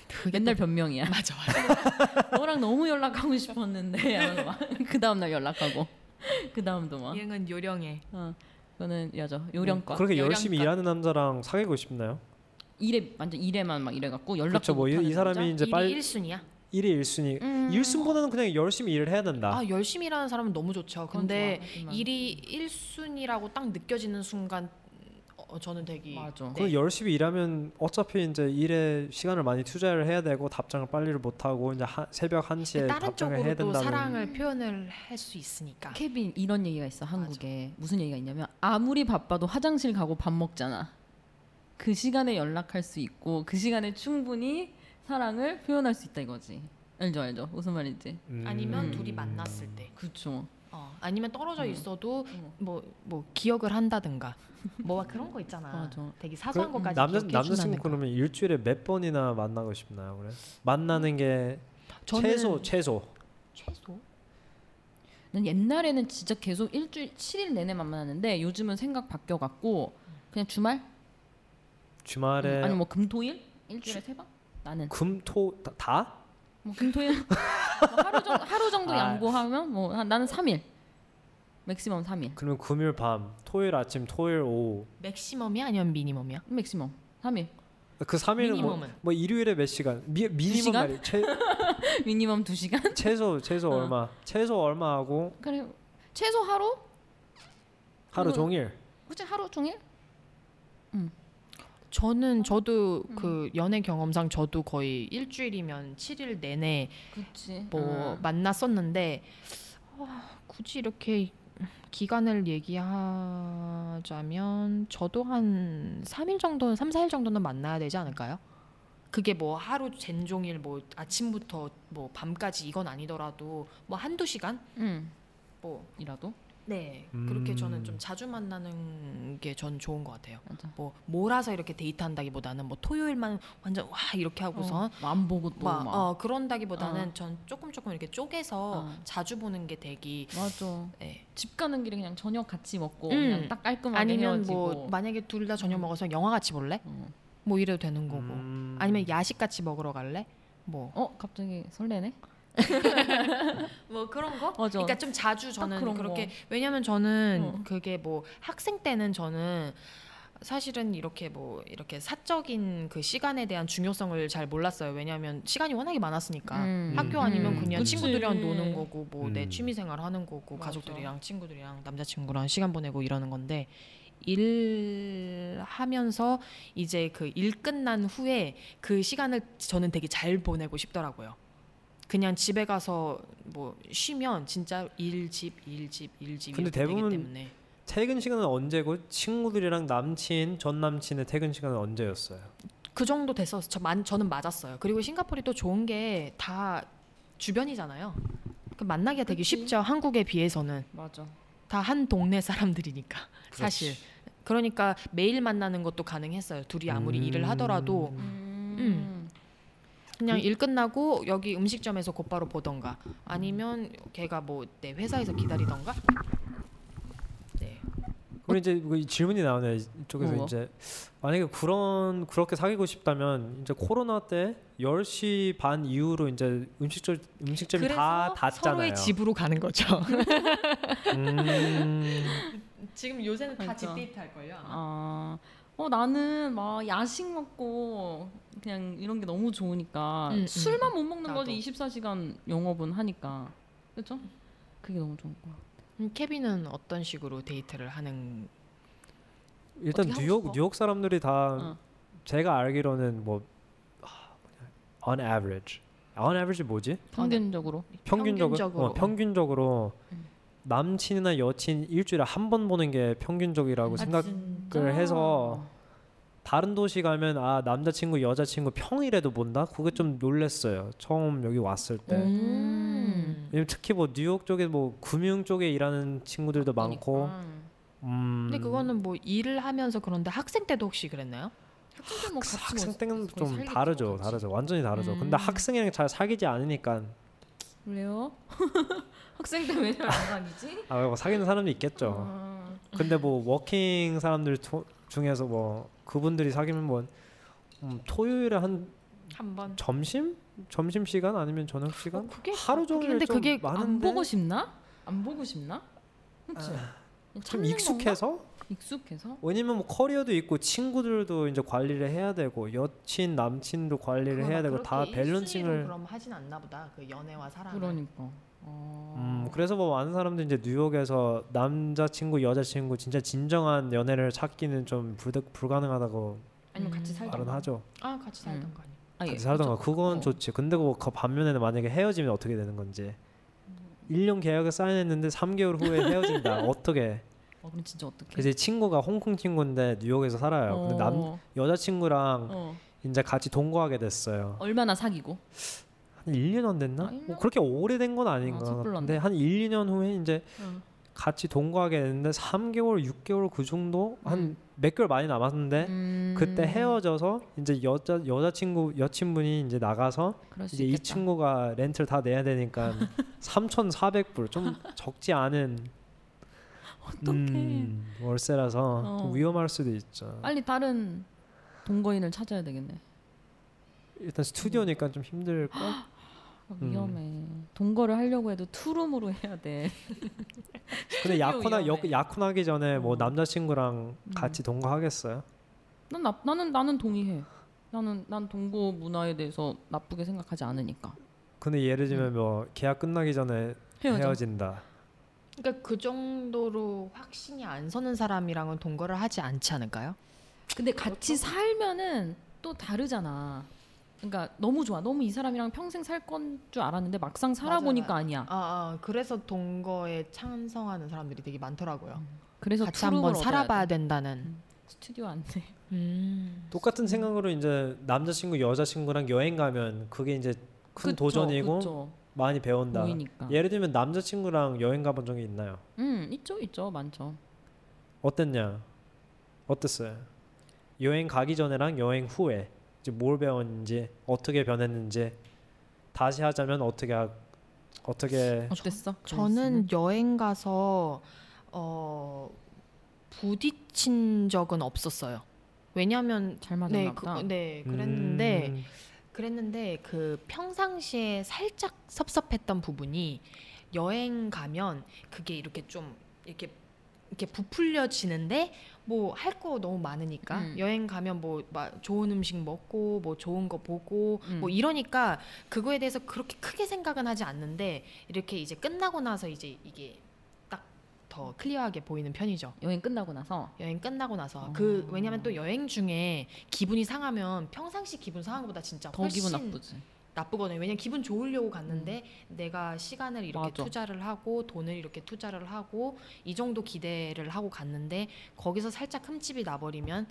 Speaker 3: 그게
Speaker 2: 맨날 변명이야.
Speaker 3: 맞아 맞아
Speaker 2: 너랑 너무 연락하고 싶었는데 그 다음 날 연락하고 그 다음도 막.
Speaker 3: 이행은 요령해
Speaker 2: 어, 그거는 여자
Speaker 3: 어,
Speaker 2: 요령과
Speaker 1: 그렇게 열심히
Speaker 3: 요령껏.
Speaker 1: 일하는 남자랑 사귀고 싶나요?
Speaker 2: 일에 완전 일에만 막 일해갖고
Speaker 1: 그렇죠.
Speaker 2: 연락도
Speaker 1: 뭐 이
Speaker 2: 못하는
Speaker 1: 사람이
Speaker 2: 남자?
Speaker 1: 이제
Speaker 2: 음.
Speaker 3: 일이
Speaker 1: 빨리
Speaker 3: 1순위야
Speaker 1: 1위 1순위. 1순보다는 그냥 열심히 일을 해야 된다.
Speaker 3: 아 열심히 일하는 사람은 너무 좋죠
Speaker 2: 그건
Speaker 3: 근데
Speaker 2: 좋아, 하지만.
Speaker 3: 일이 1순위라고 딱 느껴지는 순간 어, 어, 저는 되게
Speaker 2: 맞아.
Speaker 1: 그 열심히 일하면 어차피 이제 일에 시간을 많이 투자를 해야 되고 답장을 빨리를 못 하고 이제 하- 새벽 1시에
Speaker 3: 다른
Speaker 1: 답장을 해야
Speaker 3: 쪽으로도
Speaker 1: 된다는
Speaker 3: 사랑을 표현을 할 수 있으니까.
Speaker 2: 케빈 이런 얘기가 있어 한국에 무슨 얘기가 있냐면 아무리 바빠도 화장실 가고 밥 먹잖아 그 시간에 연락할 수 있고 그 시간에 충분히 사랑을 표현할 수 있다 이거지 알죠 알죠 무슨 말인지
Speaker 1: 음.
Speaker 3: 아니면 둘이 만났을 때.
Speaker 2: 그쵸
Speaker 3: 어, 아니면 떨어져
Speaker 2: 음.
Speaker 3: 있어도
Speaker 2: 음.
Speaker 3: 뭐 뭐 기억을 한다든가 뭐 막 그런 거 있잖아.
Speaker 2: 맞아.
Speaker 3: 되게 사소한
Speaker 2: 그
Speaker 3: 것까지
Speaker 1: 남자
Speaker 3: 기억해
Speaker 1: 남자친구
Speaker 3: 준다는
Speaker 1: 그러면 일주일에 몇 번이나 만나고 싶나요? 그래 만나는 게
Speaker 3: 음. 저는
Speaker 1: 최소 최소
Speaker 3: 최소
Speaker 2: 난 옛날에는 진짜 계속 일주일 7일 내내 만나는데 요즘은 생각 바뀌어갖고 그냥 주말
Speaker 1: 주말에
Speaker 3: 음,
Speaker 2: 아니 뭐 금토일 일주일에 세번 나는
Speaker 1: 금토 다?
Speaker 2: 뭐 금토일 뭐 하루 정도 하루 정도
Speaker 1: 아.
Speaker 2: 양보하면 뭐 한- 나는 3일 맥시멈 3일
Speaker 1: 그러면 금요일 밤, 토요일 아침, 토요일 오후
Speaker 3: 맥시멈이 아니면 미니멈이야?
Speaker 2: 맥시멈 3일
Speaker 1: 그 3일은 뭐,
Speaker 3: 미니멈은?
Speaker 1: 뭐 일요일에 몇 시간? 미, 미니멈
Speaker 2: 시간?
Speaker 1: 말이야. 최,
Speaker 2: 미니멈 2시간
Speaker 1: 최소 최소
Speaker 2: 어.
Speaker 1: 얼마? 최소 얼마 하고
Speaker 2: 그래 최소 하루?
Speaker 1: 하루
Speaker 2: 그러면-
Speaker 1: 종일
Speaker 2: 혹시 하루 종일?
Speaker 3: 저는 저도 그 연애 경험상 저도 거의 일주일이면 7일 내내
Speaker 2: 그렇지.
Speaker 3: 뭐 만났었는데 어, 굳이 이렇게 기간을 얘기하자면 저도 한 3일 정도는 3, 4일 정도는 만나야 되지 않을까요? 그게 뭐 하루 젠종일 뭐 아침부터 뭐 밤까지 이건 아니더라도 뭐 한두 시간
Speaker 2: 음.
Speaker 3: 뭐
Speaker 2: 이라도.
Speaker 3: 네.
Speaker 1: 음.
Speaker 3: 그렇게 저는 좀 자주 만나는 게 전 좋은 것 같아요.
Speaker 2: 맞아.
Speaker 3: 뭐 몰아서 이렇게 데이트한다기보다는 뭐 토요일만 완전 와 이렇게 하고선
Speaker 2: 안 보고 또 막.
Speaker 3: 막 어, 그런다기보다는 전 조금 조금 이렇게 쪼개서
Speaker 2: 어.
Speaker 3: 자주 보는 게 되기
Speaker 2: 맞아.
Speaker 3: 예.
Speaker 2: 집 가는 길에 그냥 저녁 같이 먹고
Speaker 3: 음.
Speaker 2: 그냥 딱 깔끔하게
Speaker 3: 아니면
Speaker 2: 헤어지고.
Speaker 3: 뭐 만약에 둘 다 저녁 먹어서 영화 같이 볼래?
Speaker 2: 음.
Speaker 3: 뭐 이래도 되는 거고
Speaker 1: 음.
Speaker 3: 아니면 야식 같이 먹으러 갈래? 뭐
Speaker 2: 어 갑자기 설레네.
Speaker 3: 뭐 그런 거?
Speaker 2: 맞아.
Speaker 3: 그러니까 좀 자주 저는
Speaker 2: 그런
Speaker 3: 그렇게
Speaker 2: 거.
Speaker 3: 왜냐면 저는
Speaker 2: 어.
Speaker 3: 그게 뭐 학생 때는 저는 사실은 이렇게 뭐 이렇게 사적인 그 시간에 대한 중요성을 잘 몰랐어요. 왜냐면 시간이 워낙에 많았으니까.
Speaker 2: 음.
Speaker 3: 그러니까. 학교
Speaker 1: 음.
Speaker 3: 아니면 그냥
Speaker 2: 그치.
Speaker 3: 친구들이랑 노는 거고 뭐 내
Speaker 1: 음.
Speaker 3: 취미 생활 하는 거고
Speaker 2: 맞아.
Speaker 3: 가족들이랑 친구들이랑 남자친구랑 시간 보내고 이러는 건데 일 하면서 이제 그 일 끝난 후에 그 시간을 저는 되게 잘 보내고 싶더라고요. 그냥 집에 가서 뭐 쉬면 진짜 일집일집일집
Speaker 1: 근데
Speaker 3: 이렇게 되기
Speaker 1: 대부분
Speaker 3: 때문에
Speaker 1: 퇴근 시간은 언제고 친구들이랑 남친, 전 남친의 퇴근 시간은 언제였어요?
Speaker 3: 그 정도 됐었어. 저, 만, 저는 맞았어요. 그리고 싱가포르이 또 좋은 게 다 주변이잖아요. 그 만나기가 되게
Speaker 2: 그치.
Speaker 3: 쉽죠. 한국에 비해서는
Speaker 2: 맞아.
Speaker 3: 다 한 동네 사람들이니까
Speaker 1: 그렇지.
Speaker 3: 사실. 그러니까 매일 만나는 것도 가능했어요. 둘이 아무리
Speaker 1: 음.
Speaker 3: 일을 하더라도
Speaker 2: 음.
Speaker 3: 음. 그냥 일 끝나고 여기 음식점에서 곧바로 보던가 아니면 걔가 뭐 내 회사에서 기다리던가. 네.
Speaker 1: 그럼 이제 그 질문이 나오네요. 이쪽에서
Speaker 2: 뭐?
Speaker 1: 이제 만약에 그런 그렇게 사귀고 싶다면 이제 코로나 때 10시 반 이후로 이제 음식점 음식점이 다 닫잖아요.
Speaker 3: 서로의 집으로 가는 거죠.
Speaker 1: 음.
Speaker 3: 지금 요새는
Speaker 2: 다집
Speaker 3: 데이트할 걸요.
Speaker 2: 아. 어 나는 막 야식 먹고 그냥 이런 게 너무 좋으니까
Speaker 3: 음, 음.
Speaker 2: 술만 못 먹는
Speaker 3: 나도.
Speaker 2: 거지 24시간 영업은 하니까 그렇죠? 그게 너무 좋은 거야.
Speaker 3: 음, 케빈은 어떤 식으로 데이트를 하는?
Speaker 1: 일단
Speaker 3: 어떻게 하고
Speaker 1: 뉴욕
Speaker 3: 싶어?
Speaker 1: 뉴욕 사람들이 다
Speaker 2: 어.
Speaker 1: 제가 알기로는 뭐 아, 뭐냐. on average on average 뭐지?
Speaker 2: 평균적으로
Speaker 1: 평균적으로
Speaker 3: 평균적으로.
Speaker 1: 어, 평균적으로 남친이나 여친 일주일에 한 번 보는 게
Speaker 2: 아,
Speaker 1: 평균적이라고 생각
Speaker 2: 생각을
Speaker 1: 해서 다른 도시 가면 아 남자친구 여자친구 평일에도 본다 그게 좀 놀랬어요 처음 여기 왔을 때
Speaker 2: 음.
Speaker 1: 왜냐면 특히 뭐 뉴욕 쪽에 뭐 금융 쪽에 일하는
Speaker 2: 그러니까.
Speaker 1: 친구들도 많고 음
Speaker 3: 근데 그거는 뭐 일을 하면서 그런데 학생 때도 혹시 그랬나요?
Speaker 2: 학생들 뭐 같이
Speaker 1: 아, 학생
Speaker 2: 뭐
Speaker 1: 때는
Speaker 2: 거의
Speaker 1: 좀
Speaker 2: 살겠죠,
Speaker 1: 다르죠
Speaker 2: 같이.
Speaker 1: 다르죠 완전히 다르죠 근데
Speaker 2: 음.
Speaker 1: 학생이랑 잘 사귀지 않으니까
Speaker 2: 왜요? 학생 때 왜냐면 안 다니지?
Speaker 1: 아, 뭐 사귀는 사람도 있겠죠.
Speaker 2: 아,
Speaker 1: 근데 뭐 워킹 사람들 토- 중에서 뭐 그분들이 사귀면 뭐 음, 토요일에 한
Speaker 3: 한 번.
Speaker 1: 점심 점심 시간 아니면 저녁 시간
Speaker 3: 그게
Speaker 1: 하루 종일
Speaker 3: 근데
Speaker 1: 좀
Speaker 3: 그게
Speaker 1: 많은데
Speaker 2: 안 보고 싶나? 안 보고 싶나? 그치? 뭐
Speaker 1: 좀
Speaker 2: 참는
Speaker 1: 아, 익숙해서
Speaker 2: 건가? 익숙해서?
Speaker 1: 왜냐면 뭐 커리어도 있고 친구들도 이제 관리를 해야 되고 여친 남친도 관리를 해야 되고 다 밸런싱을
Speaker 3: 그럼 하진 않나 보다. 그 연애와 사랑.
Speaker 2: 그러니까. 어...
Speaker 1: 음, 그래서 뭐 많은 사람들이 이제 뉴욕에서 남자친구, 여자친구 진짜 진정한 연애를 찾기는 좀 불, 불가능하다고
Speaker 3: 아니면 같이 살던
Speaker 1: 말은 하죠.
Speaker 3: 아 같이
Speaker 2: 살던
Speaker 3: 거 아니야?
Speaker 2: 아니,
Speaker 1: 같이 살던가 그건
Speaker 2: 어.
Speaker 1: 좋지. 근데 뭐 그 반면에는 만약에 헤어지면 어떻게 되는 건지. 1년 계약을 사인했는데 3개월 후에 헤어진다. 어떻게?
Speaker 2: 어, 그럼 진짜 어떻게?
Speaker 1: 이제 친구가 홍콩 친구인데 뉴욕에서 살아요. 근데 남 여자친구랑
Speaker 2: 어.
Speaker 1: 이제 같이 동거하게 됐어요.
Speaker 2: 얼마나 사귀고?
Speaker 1: 한 1년 안 됐나?
Speaker 2: 아, 1년?
Speaker 1: 뭐 그렇게 오래된 건 아닌
Speaker 2: 아,
Speaker 1: 거
Speaker 2: 섣불렀네.
Speaker 1: 같은데 한 1, 2년 후에 이제
Speaker 2: 응.
Speaker 1: 같이 동거하게 됐는데 3개월, 6개월 그 정도 한 몇 개월 많이 남았는데
Speaker 2: 음,
Speaker 1: 그때 헤어져서 이제 여자 여자친구 여친분이 이제 나가서
Speaker 2: 그럴 수
Speaker 1: 이제 이
Speaker 2: 있겠다.
Speaker 1: 친구가 렌트를 다 내야 되니까 3,400불 좀 적지 않은 음, 월세라서 좀
Speaker 2: 어.
Speaker 1: 위험할 수도 있죠.
Speaker 2: 빨리 다른 동거인을 찾아야 되겠네.
Speaker 1: 일단 스튜디오니까 좀 힘들 거.
Speaker 2: 아,
Speaker 3: 음.
Speaker 2: 위험해. 동거를 하려고 해도 투룸으로 해야 돼.
Speaker 1: 근데 약혼하
Speaker 2: 위험해. 음.
Speaker 1: 약혼하기 전에 뭐
Speaker 2: 어.
Speaker 1: 남자친구랑 같이 동거하겠어요?
Speaker 2: 난 나, 나는 나는 동의해. 나는 난 동거 문화에 대해서 나쁘게 생각하지 않으니까.
Speaker 1: 근데 예를 들면 뭐 계약 끝나기 전에
Speaker 2: 음. 헤어져.
Speaker 1: 헤어진다.
Speaker 3: 그러니까 그 정도로 확신이 안 서는 사람이랑은 동거를 하지 않지 않을까요?
Speaker 2: 근데 같이 살면은 또 다르잖아. 그러니까 너무 좋아. 너무 이 사람이랑 평생 살 건 줄 알았는데 막상 살아보니까 아니야
Speaker 3: 아, 아 그래서 동거에 찬성하는 사람들이 되게 많더라고요.
Speaker 2: 음. 그래서
Speaker 3: 같이
Speaker 2: 투룸을
Speaker 3: 한번
Speaker 2: 얻어야
Speaker 3: 살아봐야
Speaker 2: 돼. 음,
Speaker 3: 된다는.
Speaker 2: 스튜디오 안 돼.
Speaker 3: 음.
Speaker 1: 똑같은 생각으로 이제 남자친구 여자친구랑 여행 가면 그게 이제 큰
Speaker 2: 그쵸,
Speaker 1: 도전이고
Speaker 2: 그쵸.
Speaker 1: 많이 배운다.
Speaker 2: 보이니까.
Speaker 1: 예를 들면 남자친구랑 여행 가본 적이 있나요?
Speaker 2: 음 있죠 있죠 많죠.
Speaker 1: 어땠냐? 어땠어요? 여행 가기 전에랑 여행 후에 이제 뭘 배웠는지 어떻게 변했는지 다시 하자면 어떻게 하, 어떻게
Speaker 2: 어땠어?
Speaker 3: 네. 저는 여행 가서 어 부딪힌 적은 없었어요. 왜냐하면
Speaker 2: 잘 맞았나
Speaker 3: 네,
Speaker 2: 보다.
Speaker 3: 그, 네 그랬는데
Speaker 1: 음,
Speaker 3: 그랬는데 그 평상시에 살짝 섭섭했던 부분이 여행 가면 그게 이렇게 좀 이렇게 이렇게 부풀려지는데 뭐 할 거 너무 많으니까
Speaker 2: 음.
Speaker 3: 여행 가면 뭐 막 좋은 음식 먹고 뭐 좋은 거 보고
Speaker 2: 음.
Speaker 3: 뭐 이러니까 그거에 대해서 그렇게 크게 생각은 하지 않는데 이렇게 이제 끝나고 나서 이제 이게 딱 더 클리어하게 보이는 편이죠.
Speaker 2: 여행 끝나고 나서
Speaker 3: 여행 끝나고 나서
Speaker 2: 어.
Speaker 3: 그 왜냐면 또 여행 중에 기분이 상하면 평상시 기분 상한 것보다 진짜
Speaker 2: 더 기분
Speaker 3: 훨씬
Speaker 2: 나쁘지.
Speaker 3: 나쁘거든요. 왜냐면 기분 좋으려고 갔는데 내가 시간을 이렇게
Speaker 2: 음. 맞아.
Speaker 3: 투자를 하고 돈을 이렇게 투자를 하고 이 정도 기대를 하고 갔는데 거기서 살짝 흠집이 나버리면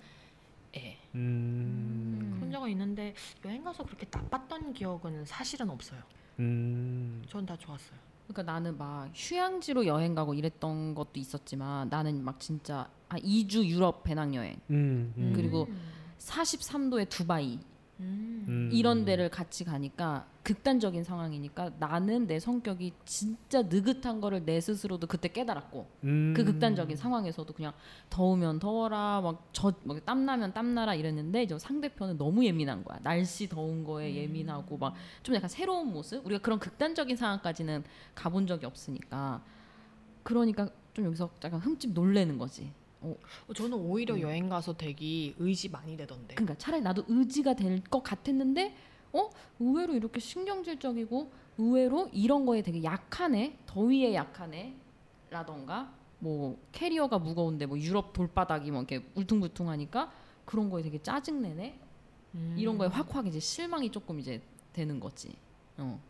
Speaker 3: 예.
Speaker 1: 음,
Speaker 3: 그런 적은 있는데 여행 가서 그렇게 나빴던 기억은 사실은 없어요.
Speaker 1: 음,
Speaker 3: 전 다 좋았어요.
Speaker 2: 그러니까 나는 막 휴양지로 여행 가고 이랬던 것도 있었지만 나는 막 진짜 아 2주 유럽 배낭 여행
Speaker 1: 음, 음.
Speaker 2: 그리고 43도의 두바이
Speaker 3: 음.
Speaker 1: 음.
Speaker 2: 이런 데를 같이 가니까 극단적인 상황이니까 나는 내 성격이 진짜 느긋한 거를 내 스스로도 그때 깨달았고
Speaker 1: 음.
Speaker 2: 그 극단적인 상황에서도 그냥 더우면 더워라 막젖막 땀나면 땀나라 이랬는데 이제 상대편은 너무 예민한 거야 날씨 더운 거에 예민하고 막 좀 약간 새로운 모습 우리가 그런 극단적인 상황까지는 가본 적이 없으니까 그러니까 좀 여기서 약간 흠집 놀래는 거지
Speaker 3: 어, 저는
Speaker 2: 음.
Speaker 3: 오히려 여행 가서 되게 의지 많이 되던데.
Speaker 2: 그러니까 차라리 나도 의지가 될 것 같았는데 어 의외로 이렇게 신경질적이고 의외로 이런 거에 되게 약하네 더위에 약하네 라던가 뭐 캐리어가 무거운데 뭐 유럽 돌바닥이 뭐 이렇게 울퉁불퉁하니까 그런 거에 되게 짜증내네
Speaker 3: 음.
Speaker 2: 이런 거에 확확 이제 실망이 조금 이제 되는 거지 어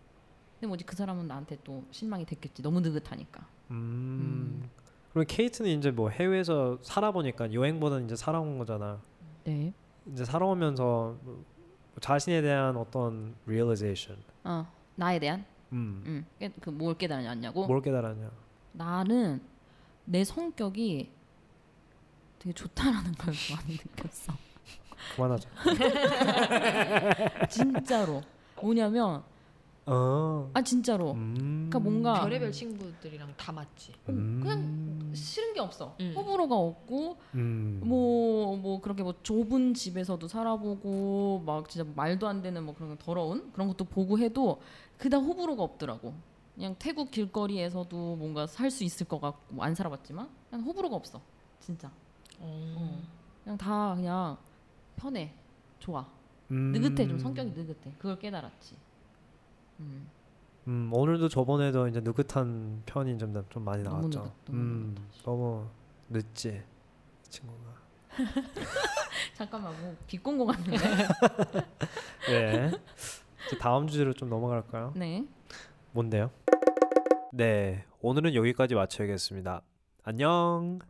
Speaker 2: 근데 뭐지 그 사람은 나한테 또 실망이 됐겠지 너무 느긋하니까
Speaker 1: 음. 그럼 케이트는 이제 뭐 해외에서 살아보니까 여행보다는 이제 살아온 거잖아.
Speaker 2: 네
Speaker 1: 이제 살아오면서 뭐 자신에 대한 어떤 realization,
Speaker 2: 어, 나에 대한
Speaker 1: 음,
Speaker 2: 음그뭘 깨달았냐고
Speaker 1: 뭘 깨달았냐?
Speaker 2: 나는 내 성격이 되게 좋다라는 걸 많이 느꼈어.
Speaker 1: 그만하자.
Speaker 2: 진짜로. 뭐냐면
Speaker 1: 어.
Speaker 2: 아 진짜로.
Speaker 1: 음.
Speaker 2: 그러니까 뭔가
Speaker 3: 별의별 친구들이랑 다 맞지.
Speaker 1: 음.
Speaker 2: 그냥 싫은 게 없어.
Speaker 3: 음.
Speaker 2: 호불호가 없고
Speaker 1: 음.
Speaker 2: 뭐 뭐 그렇게 뭐 좁은 집에서도 살아보고 막 진짜 말도 안 되는 뭐 그런 더러운 그런 것도 보고 해도 그다음 호불호가 없더라고. 그냥 태국 길거리에서도 뭔가 살 수 있을 것 같고 뭐안 살아봤지만 그냥 호불호가 없어. 진짜.
Speaker 3: 어.
Speaker 2: 그냥 다 그냥 편해. 좋아.
Speaker 1: 음.
Speaker 2: 느긋해 좀 성격이 느긋해 그걸 깨달았지 음.
Speaker 1: 음, 오늘도 저번에도 이제 느긋한 편이 좀, 나- 좀 많이
Speaker 2: 너무
Speaker 1: 나왔죠.
Speaker 2: 늦었다, 너무
Speaker 1: 음, 너무 늦지 이 친구가.
Speaker 2: 잠깐만 뭐빚 공고 같은데.
Speaker 1: 네. 이제 다음 주제로 좀 넘어갈까요?
Speaker 2: 네.
Speaker 1: 뭔데요? 네, 오늘은 여기까지 마쳐야겠습니다. 안녕.